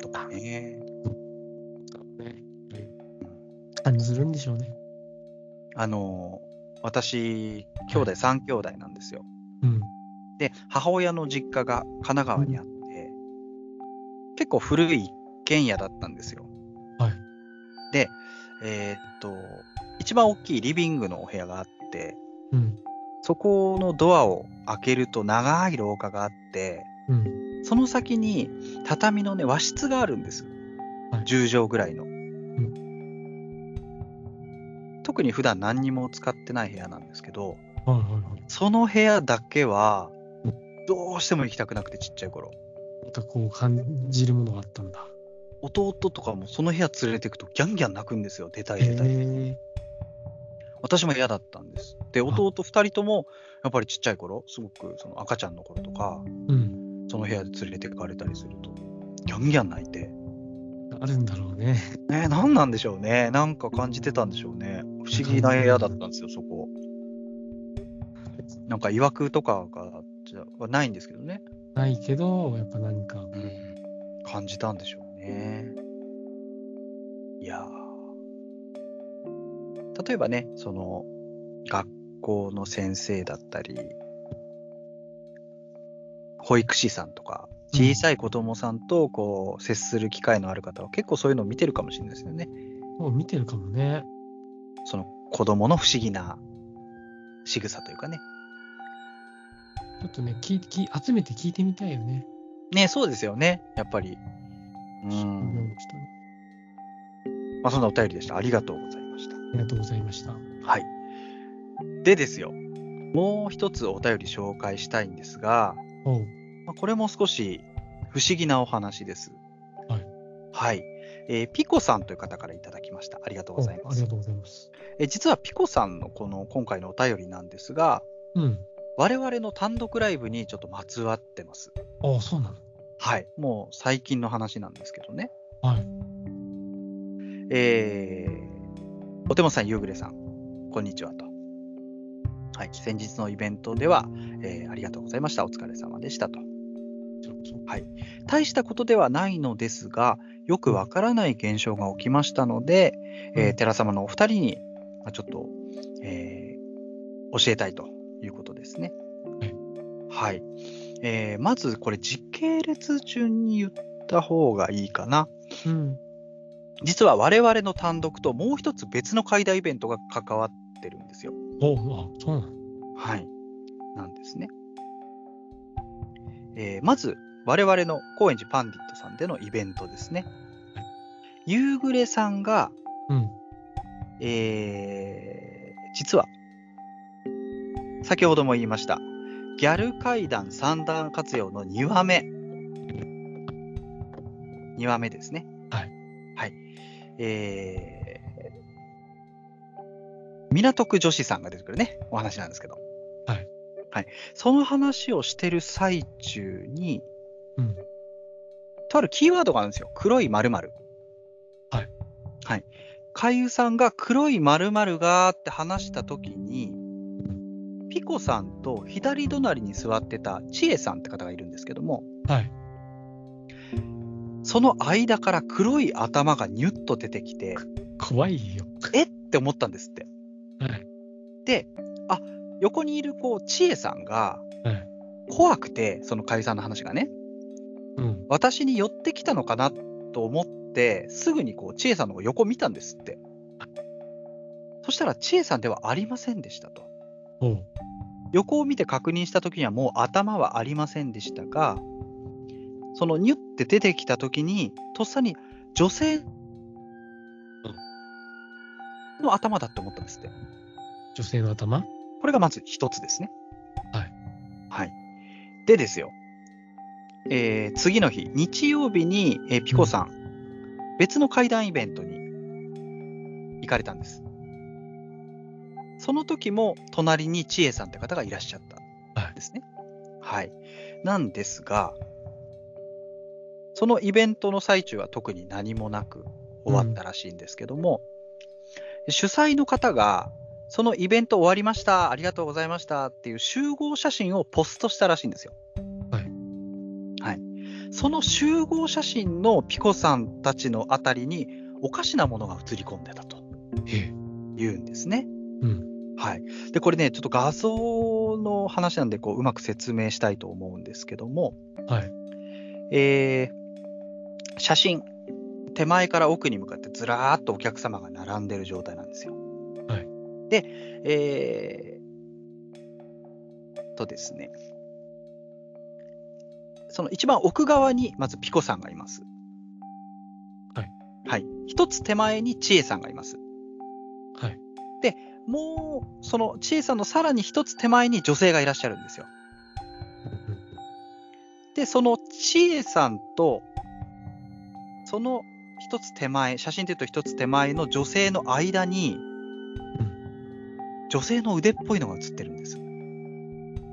Speaker 1: とかね。
Speaker 3: ね感じするんでしょうね。
Speaker 1: あの、私、兄弟3兄弟なんですよ。
Speaker 3: うん。
Speaker 1: で、母親の実家が神奈川にあって、結構古い一軒家だったんですよ。
Speaker 3: はい。
Speaker 1: で、えーっと、一番大きいリビングのお部屋があって、
Speaker 3: うん。
Speaker 1: そこのドアを開けると長い廊下があって、
Speaker 3: うん。
Speaker 1: その先に畳のね、和室があるんです。
Speaker 3: はい
Speaker 1: 10畳ぐらいの。特に普段何にも使ってない部屋なんですけど、
Speaker 3: はいはいはい。
Speaker 1: その部屋だけは
Speaker 3: う、
Speaker 1: どうしても行きたくなくてちっちゃい頃。
Speaker 3: またこう感じるものがあったんだ。
Speaker 1: 弟とかもその部屋連れてくとギャンギャン泣くんですよ、出た
Speaker 3: へ
Speaker 1: い出たい。
Speaker 3: え。
Speaker 1: 私も嫌だったんです。で、弟2人とも、やっぱりちっちゃい頃、すごくその赤ちゃんの頃とか、
Speaker 3: うん。
Speaker 1: その部屋で連れて行かれたりすると、ギャンギャン泣いて、
Speaker 3: あるんだろうね。
Speaker 1: ねえ、何なんでしょうね。なんか感じてたんでしょうね。不思議な部屋だったんですよ、そこ。なんか、曰くとかがじゃはないんですけどね。
Speaker 3: ないけど、やっぱ何か。
Speaker 1: 感じたんでしょうね。いやー例えばね、その、学校の先生だったり、保育士さんとか、小さい子供さんとこう接する機会のある方は結構そういうのを見てるかもしれないですよね。
Speaker 3: もう見てるかもね。
Speaker 1: その子供の不思議な仕草というかね。
Speaker 3: ちょっとね、聞い聞い集めて聞いてみたいよね。
Speaker 1: ね、そうですよね、やっぱり。う。
Speaker 3: うんんちょっとね
Speaker 1: まあ、そんなお便りでした。ありがとうございました。
Speaker 3: ありがとうございました。
Speaker 1: はい。でですよ、もう一つお便り紹介したいんですが、
Speaker 3: おう。
Speaker 1: まあこれも少し不思議なお話です。
Speaker 3: はい。
Speaker 1: はい。えーピコさんという方からいただきました。ありがとうござい
Speaker 3: お
Speaker 1: ま
Speaker 3: あり
Speaker 1: す
Speaker 3: が。とうございます。
Speaker 1: えー実はピコさんのこの今回のお便りなんですが、
Speaker 3: うん。
Speaker 1: 我々の単独ライブにちょっとまつわってます。
Speaker 3: ああ、そうなの。
Speaker 1: はい。もう最近の話なんですけどね。
Speaker 3: はい。
Speaker 1: えー、お手元さん、ゆうぐれさん、こんにちはと。はい。先日のイベントでは、えーありがとうございました。お疲れ様でしたと。大したことではないのですが、よくわからない現象が起きましたので、えー寺様のお二人に、まあ、ちょっと、えー教えたいということですね。はい。えーまず、これ、時系列順に言った方がいいかな。
Speaker 3: うん。
Speaker 1: 実は我々の単独ともう一つ別の会談イベントが関わってるんですよ。
Speaker 3: おあ、そうなの。
Speaker 1: はい。なんですね。えーまず、我々の高円寺パンディットさんでのイベントですね。夕暮れさんが、
Speaker 3: うん。
Speaker 1: えー実は、先ほども言いました、ギャル階段三段活用の2話目。2話目ですね。
Speaker 3: はい。
Speaker 1: はい。えー港区女子さんが出てくるね、お話なんですけど。
Speaker 3: はい。
Speaker 1: はい。その話をしてる最中に、
Speaker 3: うん。
Speaker 1: とあるキーワードがあるんですよ。黒い〇〇。
Speaker 3: はい。
Speaker 1: はい。海優さんが黒い〇〇がーって話したときに、ピコさんと左隣に座ってた千恵さんって方がいるんですけども、
Speaker 3: はい。
Speaker 1: その間から黒い頭がニュッと出てきて、
Speaker 3: 怖いよ。
Speaker 1: えって思ったんですって。
Speaker 3: はい。
Speaker 1: 横にいるこう千恵さんが
Speaker 3: はい。
Speaker 1: 怖くて、その海優さんの話がね、
Speaker 3: うん。
Speaker 1: 私に寄ってきたのかなと思って、すぐにこう、千恵さんの横見たんですって。そしたら、千恵さんではありませんでしたと。
Speaker 3: おう。
Speaker 1: 横を見て確認したときには、もう頭はありませんでしたが、そのニュって出てきたときに、とっさに女性の頭だって思ったんですって。
Speaker 3: 女性の頭
Speaker 1: これがまず一つですね。
Speaker 3: はい。
Speaker 1: はい。でですよ。えー次の日、日曜日に、えーピコさん、別の会談イベントに行かれたんです。その時も、隣に千恵さんって方がいらっしゃったんですね。はい。なんですが、そのイベントの最中は特に何もなく終わったらしいんですけども、主催の方が、そのイベント終わりました、ありがとうございましたっていう集合写真をポストしたらしいんですよ。。
Speaker 3: はい
Speaker 1: はい。その集合写真のピコさんたちのあたりにおかしなものが映り込んでたと
Speaker 3: ええ。
Speaker 1: いうんですね。
Speaker 3: うん。
Speaker 1: はい、でこれね、ちょっと画像の話なんでこう、うまく説明したいと思うんですけども、
Speaker 3: はい。
Speaker 1: えー写真、手前から奥に向かってずらーっとお客様が並んでる状態なんですよ。
Speaker 3: はい
Speaker 1: で、えーとですね、その一番奥側にまずピコさんがいます。
Speaker 3: はい。
Speaker 1: はい。一つ手前に千恵さんがいます。
Speaker 3: はい。
Speaker 1: もう、その千恵さんのさらに一つ手前に女性がいらっしゃるんですよ。で、その千恵さんと、その一つ手前、写真で言うと一つ手前の女性の間に、
Speaker 3: う
Speaker 1: 女性の腕っぽいのが写ってるんです。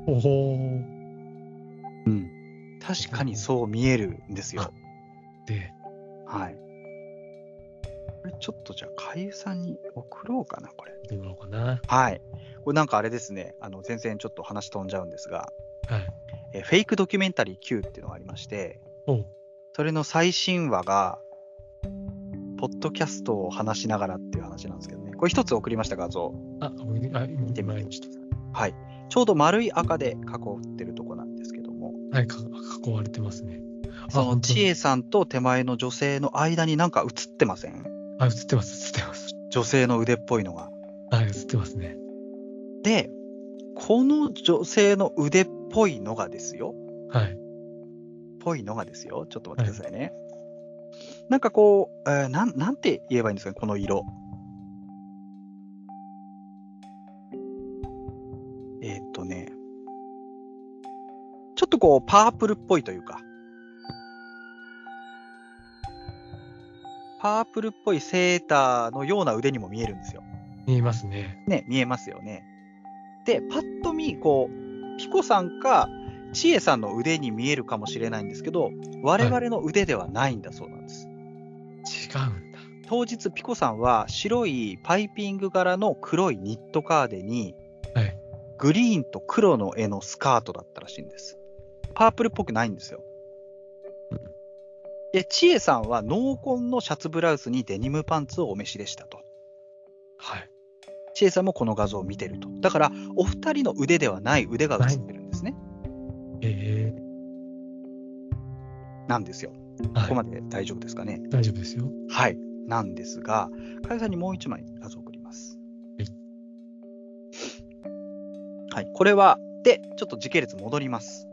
Speaker 3: おほー。
Speaker 1: 確かにそう見えるんですよ。
Speaker 3: で、
Speaker 1: はい。これちょっとじゃあ、かゆさんに送ろうかな、これ。
Speaker 3: 見てもらおうかな。
Speaker 1: はい。これなんかあれですね、あの全然ちょっと話飛んじゃうんですが、
Speaker 3: はい。
Speaker 1: えーフェイクドキュメンタリー Q っていうのがありまして、
Speaker 3: おう
Speaker 1: それの最新話が、ポッドキャストを話しながらっていう話なんですけどね。これ一つ送りました画像。
Speaker 3: あ、僕あ、見
Speaker 1: てみて
Speaker 3: ました。
Speaker 1: はい。ちょうど丸い赤で囲ってるとこなんですけども、
Speaker 3: はい、か囲われてますね。あ
Speaker 1: その
Speaker 3: 本当だ
Speaker 1: 千恵さんと手前の女性の間になんか映ってません
Speaker 3: あ、映ってます、映ってます。
Speaker 1: 女性の腕っぽいのが。
Speaker 3: はい、映ってますね。
Speaker 1: で、この女性の腕っぽいのがですよ。
Speaker 3: はい。
Speaker 1: ぽいのがですよ。ちょっと待ってくださいね。なんかこう、えーなん、なんて言えばいいんですかね、この色。えーっとね、ちょっとこう、パープルっぽいというか、パープルっぽいセーターのような腕にも見えるんですよ。
Speaker 3: 見えますね。
Speaker 1: ね、見えますよね。で、パッと見、こう、ピコさんか、千恵さんの腕に見えるかもしれないんですけど、我々の腕ではないんだそうなんです。
Speaker 3: 違うんだ。
Speaker 1: 当日、ピコさんは白いパイピング柄の黒いニットカーデに、
Speaker 3: はい
Speaker 1: グリーンと黒の絵のスカートだったらしいんです。パープルっぽくないんですよ
Speaker 3: うん。
Speaker 1: で、千恵さんは濃紺のシャツブラウスにデニムパンツをお召しでしたと。
Speaker 3: はい。
Speaker 1: チエさんもこの画像を見てると。だから、お二人の腕ではない腕が映ってるんですね。
Speaker 3: え
Speaker 1: なんですよ。
Speaker 3: え
Speaker 1: ここま
Speaker 3: は
Speaker 1: で大丈夫ですかね。
Speaker 3: い。大丈夫ですよ。
Speaker 1: はい。なんですが、かゆさんにもう一枚画像を送ります。
Speaker 3: はい。
Speaker 1: はい。これは、で、ちょっと時系列戻ります。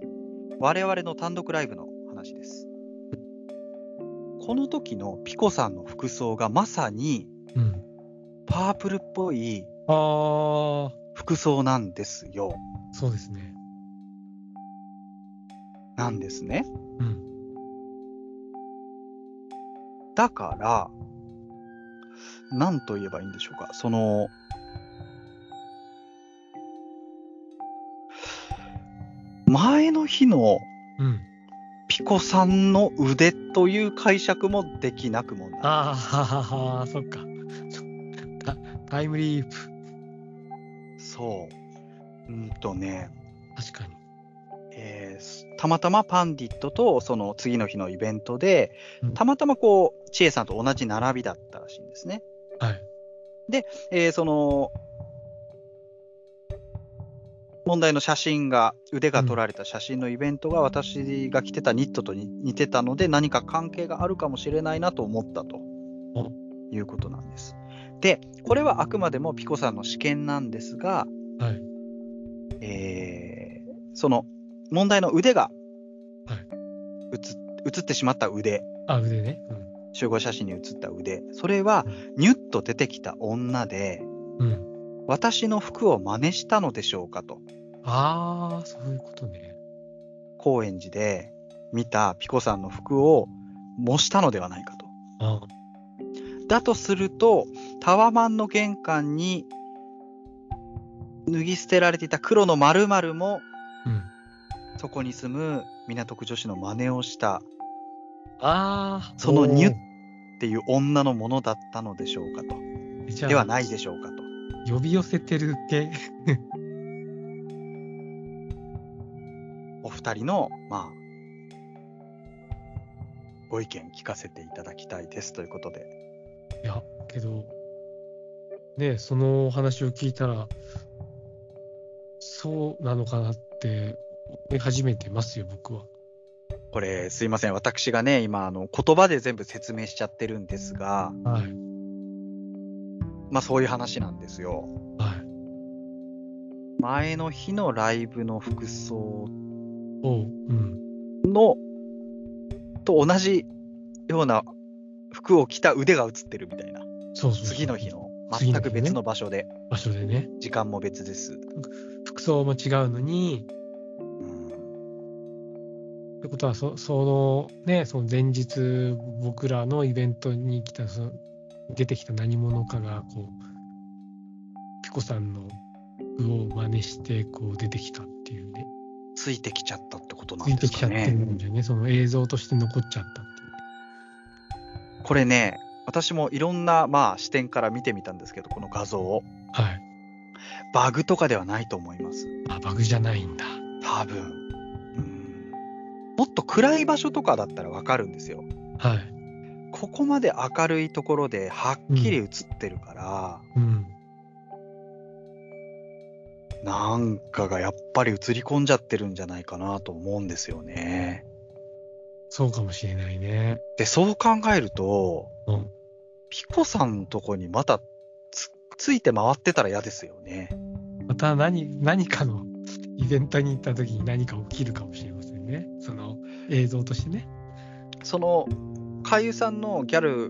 Speaker 1: 我々の単独ライブの話です。この時のピコさんの服装がまさに
Speaker 3: うん。
Speaker 1: パープルっぽい
Speaker 3: ああ、
Speaker 1: 服装なんですよ。
Speaker 3: そうですね。
Speaker 1: なんですね。
Speaker 3: うん。
Speaker 1: だから、なんと言えばいいんでしょうか、その、前の日の
Speaker 3: うん。
Speaker 1: ピコさんの腕という解釈もできなくもない。
Speaker 3: ああ、ははは、そっか。 そタタイムリープ。
Speaker 1: そう。うんとね、
Speaker 3: 確かに。
Speaker 1: えーすたまたまパンディットとその次の日のイベントで
Speaker 3: うん、
Speaker 1: たまたまこう、千恵さんと同じ並びだったらしいんですね。
Speaker 3: はい。
Speaker 1: えーその問題の写真が腕が撮られた写真のイベントが私が着てたニットとに似てたので何か関係があるかもしれないなと思ったと
Speaker 3: お
Speaker 1: いうことなんです。でこれはあくまでもピコさんの試験なんですが、
Speaker 3: はい
Speaker 1: えーその問題の腕が
Speaker 3: は
Speaker 1: 写写ってしまった腕
Speaker 3: あ、腕ね。うん
Speaker 1: 集合写真に写った腕それはニュッと出てきた女で。
Speaker 3: うん。
Speaker 1: 私の服を真似したのでしょうかと、
Speaker 3: ああ、そういうことね。
Speaker 1: 高円寺で見たピコさんの服を模したのではないかと。
Speaker 3: あ
Speaker 1: だとすると、タワマンの玄関に脱ぎ捨てられていた黒の〇〇も、
Speaker 3: うん。
Speaker 1: そこに住む港区女子の真似をした
Speaker 3: あ
Speaker 1: そのニュ
Speaker 3: お
Speaker 1: ッっていう女のものだったのでしょうかと。
Speaker 3: ーじゃあ
Speaker 1: ではないでしょうかと。
Speaker 3: 呼び寄せてる系。
Speaker 1: お二人の、まあ、ご意見聞かせていただきたいですということで。
Speaker 3: いや、けど、ねえそのお話を聞いたら、そうなのかなって思い始めてますよ、僕は。
Speaker 1: これ、すいません。私がね、今、あの、言葉で全部説明しちゃってるんですが、
Speaker 3: はい。
Speaker 1: まあ、そういう話なんですよ。
Speaker 3: はい。
Speaker 1: 前の日のライブの服装
Speaker 3: おう、うん。
Speaker 1: の、と同じような服を着た腕が映ってるみたいな。
Speaker 3: そうそうそう
Speaker 1: 次の日。の、全
Speaker 3: 次の日ね
Speaker 1: く別の場所で、
Speaker 3: 場所でね。
Speaker 1: 時間も別です。
Speaker 3: 服装も違うのに、
Speaker 1: うん
Speaker 3: ってことはそ、その、ね、その前日、僕らのイベントに来た、その出てきた何者かが、こう、ピコさんの服を真似して、こう、出てきたっていうね。
Speaker 1: ついてきちゃったってことな
Speaker 3: つ
Speaker 1: ん
Speaker 3: い
Speaker 1: で
Speaker 3: て
Speaker 1: す
Speaker 3: きちゃ
Speaker 1: か
Speaker 3: ってる
Speaker 1: ね。
Speaker 3: んでね、その映像として残っちゃったっていう。
Speaker 1: これね、私もいろんな、まあ、視点から見てみたんですけど、この画像を。
Speaker 3: はい。
Speaker 1: バグとかではないと思います。
Speaker 3: あ、バグじゃないんだ。
Speaker 1: 多分。うんもっと暗い場所とかだったらわかるんですよ。
Speaker 3: はい。
Speaker 1: ここまで明るいところではっきり映ってるから、
Speaker 3: うん。
Speaker 1: なんかがやっぱり映り込んじゃってるんじゃないかなと思うんですよね。
Speaker 3: そうかもしれないね。
Speaker 1: で、そう考えると、
Speaker 3: うん
Speaker 1: ピコさんのとこにまたつついて回ってたら嫌ですよね。
Speaker 3: また何、何かのイベントに行った時に何か起きるかもしれませんね。その映像としてね。
Speaker 1: その、海優さんのギャル、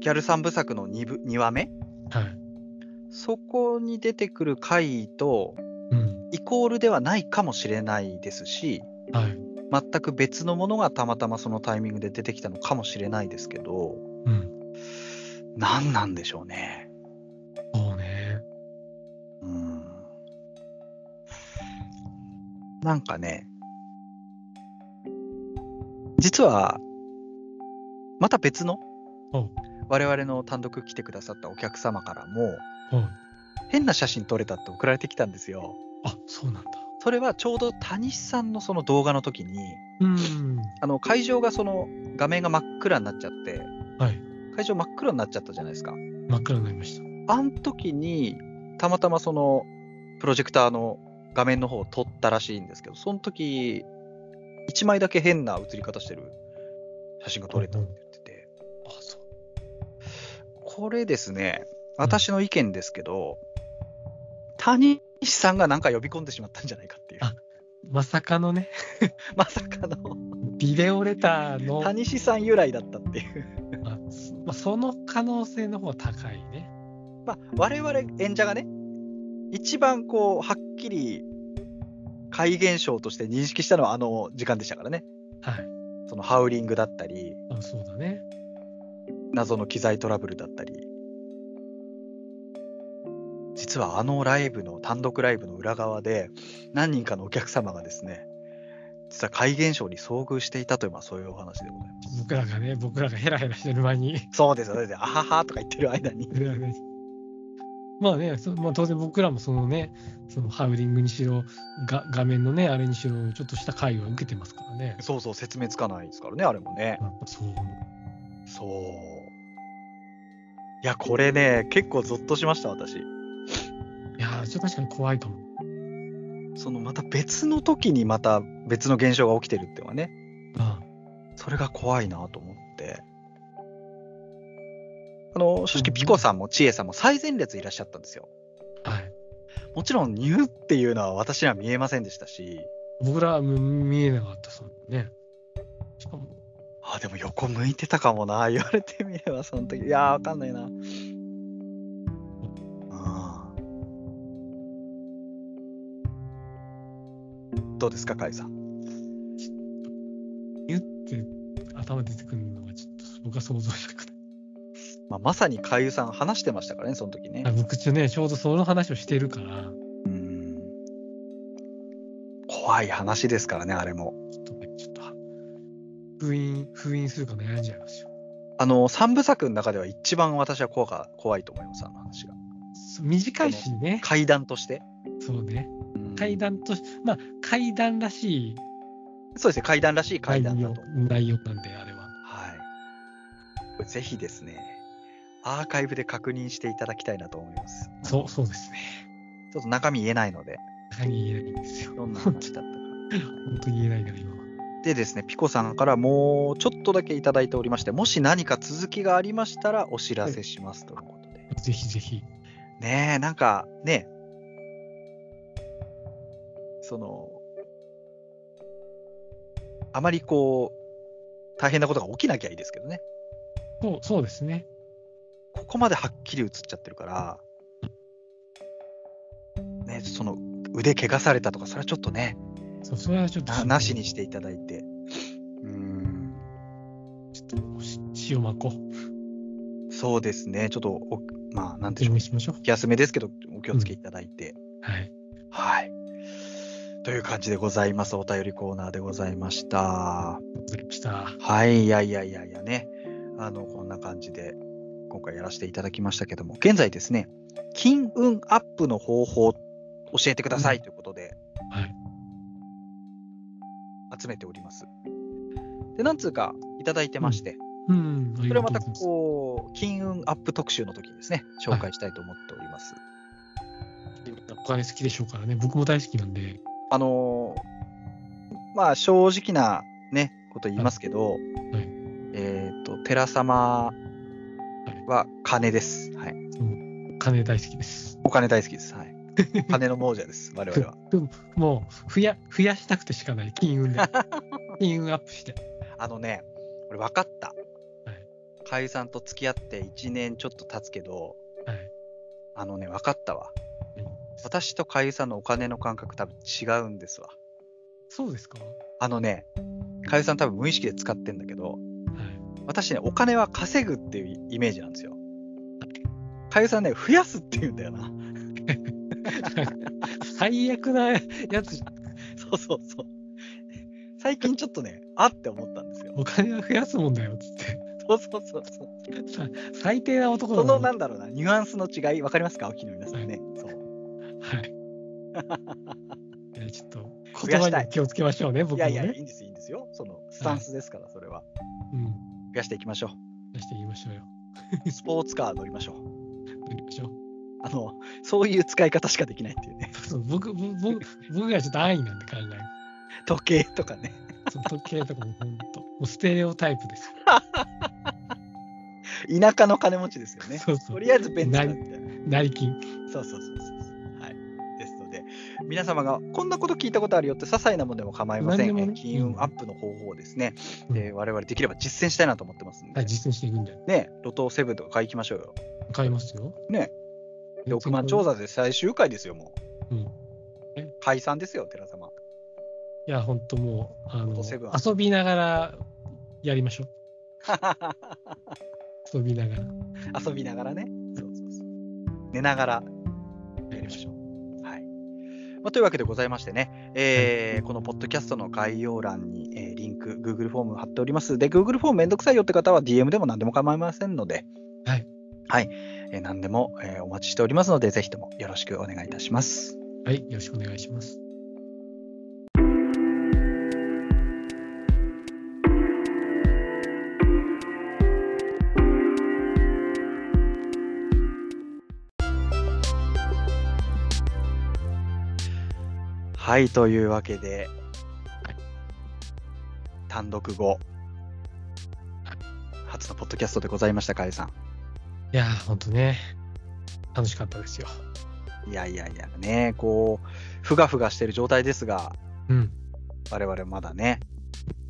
Speaker 1: ギャル三部作の 2, 部2話目
Speaker 3: はい。
Speaker 1: そこに出てくる回と
Speaker 3: うん。
Speaker 1: イコールではないかもしれないですし、
Speaker 3: はい。
Speaker 1: 全く別のものがたまたまそのタイミングで出てきたのかもしれないですけど、
Speaker 3: うん。
Speaker 1: 何なんでしょうね。
Speaker 3: そうね。
Speaker 1: うん。なんかね、実は、また別の
Speaker 3: お
Speaker 1: 我々の単独来てくださったお客様からも、
Speaker 3: はい。
Speaker 1: 変な写真撮れたって送られてきたんですよ。
Speaker 3: あ、そうなんだ。
Speaker 1: それはちょうど谷さんのその動画の時に、
Speaker 3: うん。
Speaker 1: あの会場がその画面が真っ暗になっちゃって、
Speaker 3: はい。
Speaker 1: 会場真っ暗になっちゃったじゃないですか。
Speaker 3: 真っ暗になりました。
Speaker 1: あん時に、たまたまそのプロジェクターの画面の方を撮ったらしいんですけど、その時、1枚だけ変な写り方してる写真が撮れたって言ってて、
Speaker 3: あ、そう。
Speaker 1: これですね、私の意見ですけど、谷さんがなんか呼び込んでしまったんじゃないかっていう、
Speaker 3: あまさかのね、
Speaker 1: まさかの
Speaker 3: ビデオレターの、あ
Speaker 1: 谷さん由来だったっていう。
Speaker 3: そまあ、その可能性の方が高いね。
Speaker 1: まあ、我々演者がね、一番こう、はっきり怪現象として認識したのはあの時間でしたからね。
Speaker 3: はい。
Speaker 1: そのハウリングだったり、
Speaker 3: あそうだね。
Speaker 1: 謎の機材トラブルだったり。実はあのライブの、単独ライブの裏側で、何人かのお客様がですね、実は怪現象に遭遇していたという、まあそういうお話でございます。
Speaker 3: 僕らがね、僕らがヘラヘラしてる間に。
Speaker 1: そうですよね。あははとか言ってる間に。
Speaker 3: まあね、そまあ、当然僕らもそのね、そのハウリングにしろ、が画面のね、あれにしろ、ちょっとした会話を受けてますからね。
Speaker 1: そうそう、説明つかないですからね、あれもね。
Speaker 3: やっぱそう。
Speaker 1: そう。いや、これね、結構ゾッとしました、私。
Speaker 3: いやー、ちょっと確かに怖いかも。
Speaker 1: そのまた別の時にまた別の現象が起きてるっていうのはね、
Speaker 3: あ
Speaker 1: それが怖いなと思って。あの、正直ピコさんもチエさんも最前列いらっしゃったんですよ。
Speaker 3: あはい。
Speaker 1: もちろんニューっていうのは私には見えませんでしたし、
Speaker 3: 僕らはむ見えなかった、そのね。しかも、
Speaker 1: あ、でも横向いてたかもな、言われてみればその時。いやー、わかんないな。あーどうですか、カイさん。
Speaker 3: ニュって頭出てくるのがちょっと僕は想像したく
Speaker 1: まあ、まさにかゆさん話してましたからね、その時ね
Speaker 3: ない。。僕ちょね、ちょうどその話をしてるから、
Speaker 1: うん怖い話ですからね、あれも。
Speaker 3: ちょっとね、ちょっと、封印、封印するか悩んじゃいますよ。
Speaker 1: あの、三部作の中では一番私は怖か怖いと思います、あの話が。
Speaker 3: そう短いしね。
Speaker 1: 階段として。
Speaker 3: そうね。
Speaker 1: うん
Speaker 3: 階段とし、まあ、階段らしい
Speaker 1: そうですね、階段らしい階
Speaker 3: 内容
Speaker 1: 段だと。
Speaker 3: 内容なんで、あれは。
Speaker 1: はい。これぜひですね、アーカイブで確認していただきたいなと思います。
Speaker 3: そう、そうですね。
Speaker 1: ちょっと中身言えないので、
Speaker 3: 何言えないんですよ。
Speaker 1: どんな
Speaker 3: 本
Speaker 1: 話だったか。
Speaker 3: 当に言えないから、今は。
Speaker 1: でですね、ピコさんからもうちょっとだけいただいておりまして、もし何か続きがありましたらお知らせしますということで。
Speaker 3: ぜひぜひ。
Speaker 1: ねえ、なんかね、その、あまりこう、大変なことが起きなきゃいいですけどね。
Speaker 3: そう、そうですね。
Speaker 1: ここまではっきり映っちゃってるから、ね、その腕怪我されたとか、それはちょっとね、
Speaker 3: そう、それはちょっと
Speaker 1: ななしにしていただいて。うん
Speaker 3: ちょっとおし塩まこう。
Speaker 1: そうですね、ちょっとお、まあ、なんでし
Speaker 3: 準
Speaker 1: ょう、
Speaker 3: 備
Speaker 1: 気
Speaker 3: しましょう。
Speaker 1: 休めですけど、お気をつけいただいて。
Speaker 3: はい。
Speaker 1: はい。という感じでございます。お便りコーナーでございました。
Speaker 3: ありがとうございました。
Speaker 1: はい、いやいやいやいやね、あの、こんな感じで、今回やらせていただきましたけども、現在ですね、金運アップの方法、教えてくださいということで、
Speaker 3: はい。
Speaker 1: 集めております。で、なんつうか、いただいてまして、
Speaker 3: うん、あり
Speaker 1: それ
Speaker 3: が
Speaker 1: は
Speaker 3: と
Speaker 1: また
Speaker 3: うございます。
Speaker 1: こう、金運アップ特集の時にですね、紹介したいと思っております。
Speaker 3: お金好きでしょうからね。僕も大好きなんで。
Speaker 1: あのーまあ正直なね、こと言いますけど、
Speaker 3: はい
Speaker 1: えっ、と、寺様は金です。はい。
Speaker 3: 金大好きです。
Speaker 1: お金大好きです。はい。金の亡者です、 我々は。
Speaker 3: もう、増や、増やしたくてしかない。金 運で。金運アップして。
Speaker 1: あのね、俺分かった
Speaker 3: はい。
Speaker 1: かゆさんと付き合って1年ちょっと経つけど、
Speaker 3: はい。
Speaker 1: あのね、分かったわ
Speaker 3: うん。
Speaker 1: 私とかゆさんのお金の感覚多分違うんですわ。
Speaker 3: そうですかは
Speaker 1: あのね、かゆさん多分無意識で使ってんだけど、
Speaker 3: い。
Speaker 1: 私ね、お金は稼ぐっていうイメージなんですよ。かゆさんね、増やすって言うんだよな。
Speaker 3: 最悪なやつ、
Speaker 1: そうそうそう。最近ちょっとね、あって思ったんですよ。
Speaker 3: お金は増やすもんだよ、つって。
Speaker 1: そうそうそうそう。
Speaker 3: さ最低な男だ
Speaker 1: その
Speaker 3: な
Speaker 1: なんだろうな、ニュアンスの違い、わかりますか、お聞きの皆さんね。そう
Speaker 3: はい。 いやちょっと、
Speaker 1: 増
Speaker 3: 言
Speaker 1: や
Speaker 3: 葉
Speaker 1: し
Speaker 3: に
Speaker 1: たい
Speaker 3: は気をつけましょうね、僕
Speaker 1: いや
Speaker 3: もね。
Speaker 1: いや、いいんです、いいんですよ。そのスタンスですから、それは。
Speaker 3: うん。
Speaker 1: 増やしていきましょ
Speaker 3: 出していきましょうよ。
Speaker 1: う。スポーツカー乗りましょう。
Speaker 3: 行きましょう。
Speaker 1: あの、そういう使い方しかできないっていうね。
Speaker 3: そう僕、僕、僕僕がちょっと安易なんで考える。
Speaker 1: 時計とかね。
Speaker 3: その時計とかも本当、もうステレオタイプですよ。
Speaker 1: 田舎の金持ちですよね。
Speaker 3: そうそ
Speaker 1: と
Speaker 3: う。
Speaker 1: りあえずベンツだみたいな。
Speaker 3: 成金。
Speaker 1: そうそうそうそうそう。はい。ですので、皆様がこんなこと聞いたことあるよって、些細なものでも構いません。
Speaker 3: 何でもね
Speaker 1: え金運アップの方法をですね、
Speaker 3: うん
Speaker 1: えー我々できれば実践したいなと思ってますんで、
Speaker 3: はい、実践していくんで。
Speaker 1: ね、路頭セブンとか買い行きましょうよ。
Speaker 3: 買いますよ。
Speaker 1: ね。で、億万
Speaker 3: 座
Speaker 1: 調査で最終回ですよ、もう。
Speaker 3: うんえ
Speaker 1: 解散ですよ、寺様。
Speaker 3: いや、本当もう、あ
Speaker 1: ロ
Speaker 3: の
Speaker 1: トセブン、
Speaker 3: 遊びながらやりましょう。遊びながら。
Speaker 1: 遊びながらね。そうそうそう。寝ながらやりましょう。はい。まあ、というわけでございましてね、えーこのポッドキャストの概要欄に、えーリンク、Google フォーム貼っております。で、Google フォームめんどくさいよって方は DM でも何でも構いませんので、
Speaker 3: はい。
Speaker 1: はい。えー何でも、えーお待ちしておりますので、ぜひともよろしくお願いいたします。
Speaker 3: はい、よろしくお願いします。
Speaker 1: はい、というわけで
Speaker 3: はい、
Speaker 1: 単独後、初のポッドキャストでございました、かえさん。
Speaker 3: いやー、本当ね、楽しかったですよ。
Speaker 1: いやいやいやね、こう、ふがふがしてる状態ですが、
Speaker 3: うん。
Speaker 1: 我々まだね、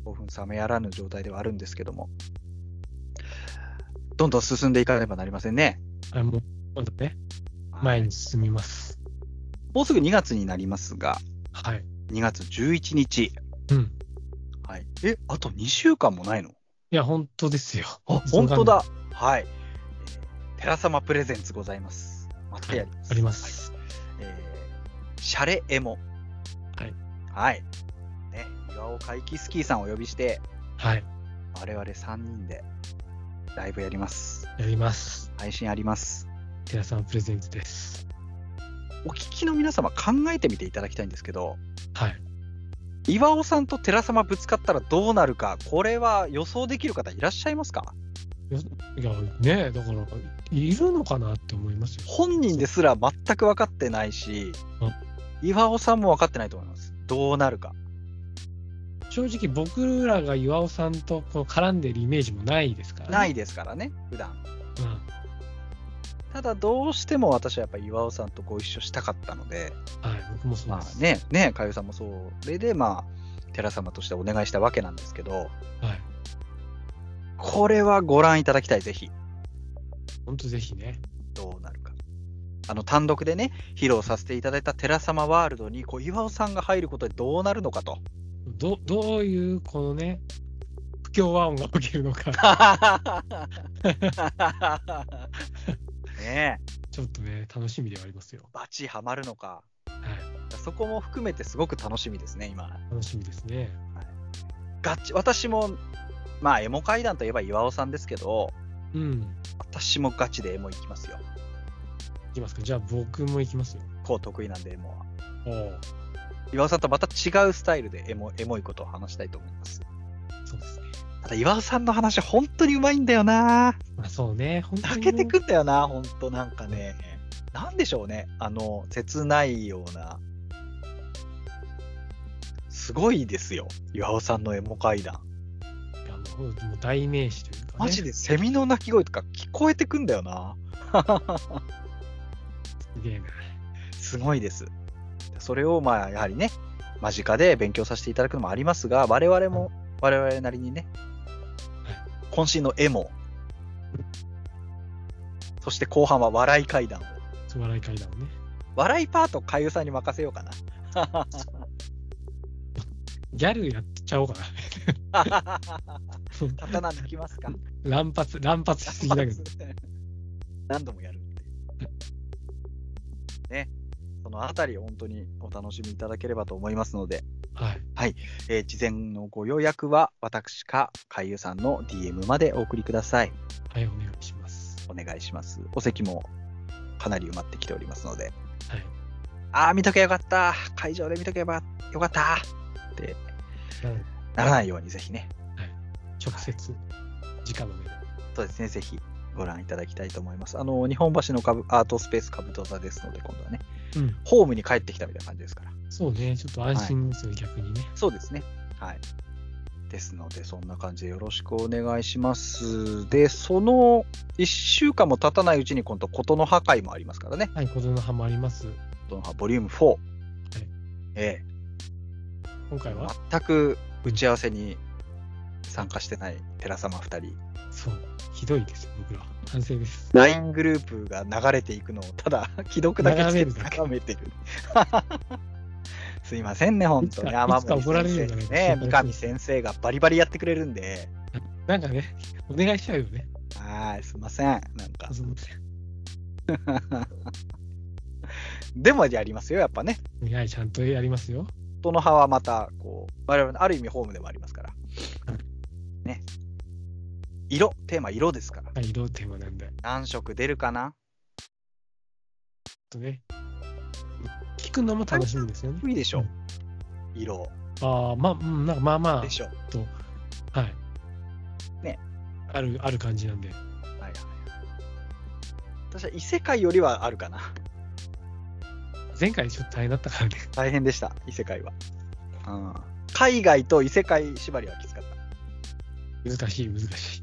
Speaker 1: 興奮冷めやらぬ状態ではあるんですけども、どんどん進んでいかねばなりませんね。
Speaker 3: あもう、今度ね、前に進みます。
Speaker 1: もうすぐ2月になりますが、
Speaker 3: はい。
Speaker 1: 2月11日。
Speaker 3: うん。
Speaker 1: はい、え、あと2週間もないの
Speaker 3: いや、本当ですよ。
Speaker 1: あ、
Speaker 3: そう
Speaker 1: 本当だ。はい。えー寺様プレゼンツございます。またやります。
Speaker 3: あります。
Speaker 1: はい。えーシャレエモ。
Speaker 3: はい。
Speaker 1: はい。ね、岩尾海輝スキーさんをお呼びして、
Speaker 3: はい。
Speaker 1: 我々3人でライブやります。
Speaker 3: やります。
Speaker 1: 配信あります。
Speaker 3: 寺さんプレゼンツです。
Speaker 1: お聞きの皆様考えてみていただきたいんですけど、
Speaker 3: はい。
Speaker 1: 岩尾さんと寺様ぶつかったらどうなるか、これは予想できる方いらっしゃいますか
Speaker 3: いや、ねだから、いるのかなって思いますよ。
Speaker 1: 本人ですら全く分かってないし、岩尾さんも分かってないと思います。どうなるか。
Speaker 3: 正直、僕らが岩尾さんとこう絡んでるイメージもないですから、ね。
Speaker 1: ないですからね、普段。
Speaker 3: うん。
Speaker 1: ただどうしても私はやっぱり岩尾さんとご一緒したかったので、
Speaker 3: はい、僕もそう
Speaker 1: ま
Speaker 3: で
Speaker 1: あ
Speaker 3: す。
Speaker 1: ね、ね、かゆさんもそう。それでまあ、寺様としてお願いしたわけなんですけど、
Speaker 3: はい。
Speaker 1: これはご覧いただきたい、ぜひ。
Speaker 3: 本当ぜひね。
Speaker 1: どうなるか。あの単独でね、披露させていただいた寺様ワールドにこう岩尾さんが入ることでどうなるのかと。
Speaker 3: どどういう、このね、不協和音が起きるのか、
Speaker 1: ねえ、
Speaker 3: ちょっとね、楽しみではありますよ。
Speaker 1: バチハマるのか。
Speaker 3: はい。
Speaker 1: そこも含めてすごく楽しみですね、今。
Speaker 3: 楽しみですね。
Speaker 1: ガチ私も、まあ、エモ階段といえば岩尾さんですけど、
Speaker 3: うん。
Speaker 1: 私もガチでエモいきますよ。
Speaker 3: いきますか。じゃあ、僕も行きますよ。
Speaker 1: こう得意なんで、エモは。
Speaker 3: おお。
Speaker 1: 岩尾さんとまた違うスタイルでエモエモいことを話したいと思います。
Speaker 3: そうですね。
Speaker 1: ただ、岩尾さんの話、本当にうまいんだよな。
Speaker 3: まあ、そうね。本当にも
Speaker 1: 泣
Speaker 3: う。
Speaker 1: けてくんだよな、本当なんかね。なんでしょうね、あの、切ないような。すごいですよ、岩尾さんのエモ階段。
Speaker 3: いやもうもう代名詞というか、ね。
Speaker 1: マジでセミの鳴き声とか聞こえてくんだよな。
Speaker 3: すげえな。
Speaker 1: すごいです。それをまあやはりね、間近で勉強させていただくのもありますが、我々も我々なりにね、渾身の絵も、そして後半は笑い階段を。
Speaker 3: つまらい階段をね。
Speaker 1: 笑いパート、かゆさんに任せようかな。
Speaker 3: ギャルやっちゃおうか な。
Speaker 1: 刀抜きますか
Speaker 3: 乱発、乱発しすぎだけど。
Speaker 1: 何度もやるんで。ね、そのあたり、本当にお楽しみいただければと思いますので、
Speaker 3: はい。
Speaker 1: えー事前のご予約は私か海優さんの DM までお送りください。
Speaker 3: はい、お願いします。
Speaker 1: お願いします。お席もかなり埋まってきておりますので、
Speaker 3: はい。
Speaker 1: ああ、見とけばよかった。会場で見とけばよかった。
Speaker 3: なので
Speaker 1: ならないようにぜひね、
Speaker 3: 直接、直の目で。
Speaker 1: そうですね、ぜひご覧いただきたいと思います。あの、日本橋の株アートスペース株と座ですので、今度はね、
Speaker 3: うん
Speaker 1: ホームに帰ってきたみたいな感じですから。
Speaker 3: そうね、ちょっと安心ですよ、逆にね。
Speaker 1: そうですね。はい。ですので、そんな感じでよろしくお願いします。で、その1週間も経たないうちに、今度、琴の破壊もありますからね。
Speaker 3: はい、子供の葉もあります。
Speaker 1: 琴の葉ボリューム4。え
Speaker 3: 今回
Speaker 1: え
Speaker 3: は、
Speaker 1: 全く打ち合わせに参加してない寺様2人。
Speaker 3: そう、ひどいですよ、僕ら。反省です。
Speaker 1: LINE グループが流れていくのを、ただ、 既読だけつけて
Speaker 3: 眺めるだけ
Speaker 1: 眺めてる。 すいませんね、本当
Speaker 3: いつ
Speaker 1: に。
Speaker 3: か
Speaker 1: 天
Speaker 3: いつか
Speaker 1: 森
Speaker 3: 怒られるんじゃな
Speaker 1: 先
Speaker 3: いです
Speaker 1: 生
Speaker 3: か
Speaker 1: ね、三上先生がバリバリやってくれるんで、
Speaker 3: なんかね、お願いしちゃうよね。
Speaker 1: はい、すいません。なんか
Speaker 3: あ、その
Speaker 1: でもやりますよ、やっぱね。
Speaker 3: はい、ちゃんとやりますよ。
Speaker 1: 音の葉はまた、こう、我々のある意味ホームでもありますから。ね。色、テーマ色ですから。
Speaker 3: はい、色テーマなんで。ちょっ
Speaker 1: 何色出るかな
Speaker 3: とね、聞くのも楽しみですよね。
Speaker 1: いいでしょ
Speaker 3: う
Speaker 1: う。色
Speaker 3: ああ、まあ、うん、なんかまあまあ
Speaker 1: で、しょう。
Speaker 3: はい。
Speaker 1: ね。
Speaker 3: ある、ある感じなんで。
Speaker 1: はいはいはい。私は異世界よりはあるかな。
Speaker 3: 前回ちょっと大変だったからね。
Speaker 1: 大変でした、異世界は。うん。海外と異世界縛りはきつかった。
Speaker 3: 難しい、難しい。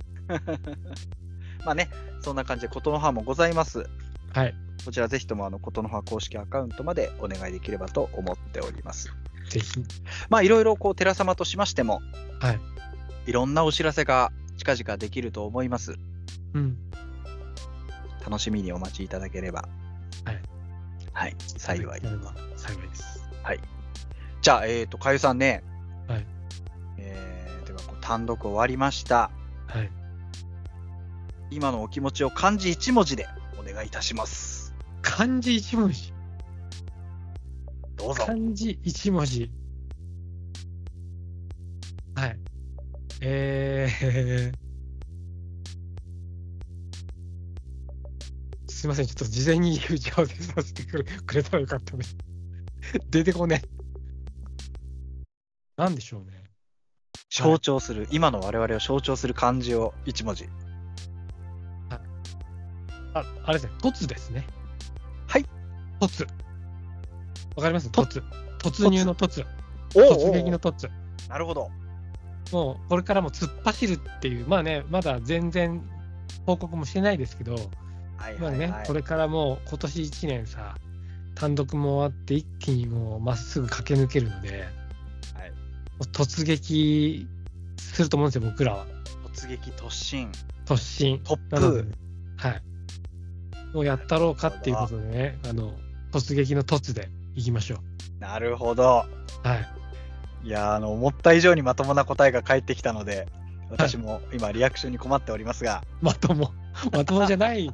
Speaker 1: まあね、そんな感じで、ことの葉もございます。
Speaker 3: はい。
Speaker 1: こちらぜひとも、あの、ことの葉公式アカウントまでお願いできればと思っております。
Speaker 3: ぜひ。
Speaker 1: まあ、いろいろ、こう、寺様としましても、
Speaker 3: はい。
Speaker 1: いろんなお知らせが近々できると思います。
Speaker 3: うん。
Speaker 1: 楽しみにお待ちいただければ。
Speaker 3: はい。
Speaker 1: はい、幸い。
Speaker 3: なれば幸いです。
Speaker 1: じゃあ、えっ、と、かゆさんね。
Speaker 3: はい。
Speaker 1: えー、では、こう単独終わりました。
Speaker 3: はい。
Speaker 1: 今のお気持ちを漢字一文字でお願いいたします。
Speaker 3: 漢字一文字。
Speaker 1: どうぞ。
Speaker 3: 漢字一文字。はい。えー、 すいません、ちょっと事前に打ち合わせさせてくれくれたらよかったね。 出てこねえ。なんでしょうね。
Speaker 1: 象徴する、今の我々を象徴する漢字を一文字。
Speaker 3: あ、あれですね、突ですね。
Speaker 1: はい。
Speaker 3: 突。わかります
Speaker 1: と
Speaker 3: 突。突入の突。
Speaker 1: 突
Speaker 3: 突
Speaker 1: 撃
Speaker 3: 撃の
Speaker 1: の
Speaker 3: 突。
Speaker 1: なるほど。
Speaker 3: もうこれからも突っ走るっていう、まあね、まだ全然報告もしてないですけど、
Speaker 1: はい
Speaker 3: ま
Speaker 1: は
Speaker 3: あ
Speaker 1: い、
Speaker 3: ね、
Speaker 1: はい
Speaker 3: これからもう今年1年さ、単独も終わって、一気にもうまっすぐ駆け抜けるので、
Speaker 1: はい
Speaker 3: もう突撃すると思うんですよ、僕らは。
Speaker 1: 突撃、突進、
Speaker 3: 突進。
Speaker 1: 突
Speaker 3: なので
Speaker 1: 風。、
Speaker 3: はい。をやったろうかっていうことでね、あの、突撃の突でいきましょ
Speaker 1: なるほど。
Speaker 3: う。はい。
Speaker 1: いやーあの思った以上にまともな答えが返ってきたので私も今リアクションに困っておりますが
Speaker 3: まとも、まともじゃない、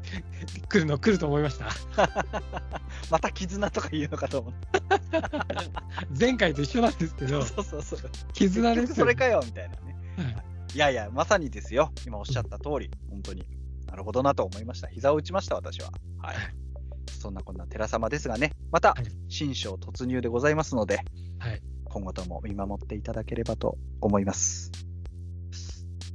Speaker 3: 来るの来ると思いました。
Speaker 1: また絆とか言うのかと思って
Speaker 3: 前回と一緒なんですけど、
Speaker 1: そうそうそう
Speaker 3: 絆ですよ、ね。
Speaker 1: それかよみたいなね
Speaker 3: はい
Speaker 1: いやいやまさにですよ今おっしゃった通り本当になるほどなと思いました膝を打ちました私ははい
Speaker 3: はい
Speaker 1: そんなこんな寺様ですがねまた
Speaker 3: はい
Speaker 1: 新章突入でございますので、
Speaker 3: はい
Speaker 1: 今後とも見守っていただければと思います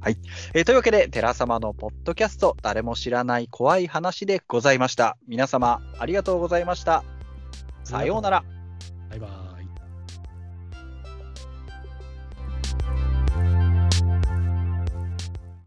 Speaker 1: はい、えーというわけで寺様のポッドキャスト誰も知らない怖い話でございました皆様ありがとうございましたさようなら
Speaker 3: バイバイ。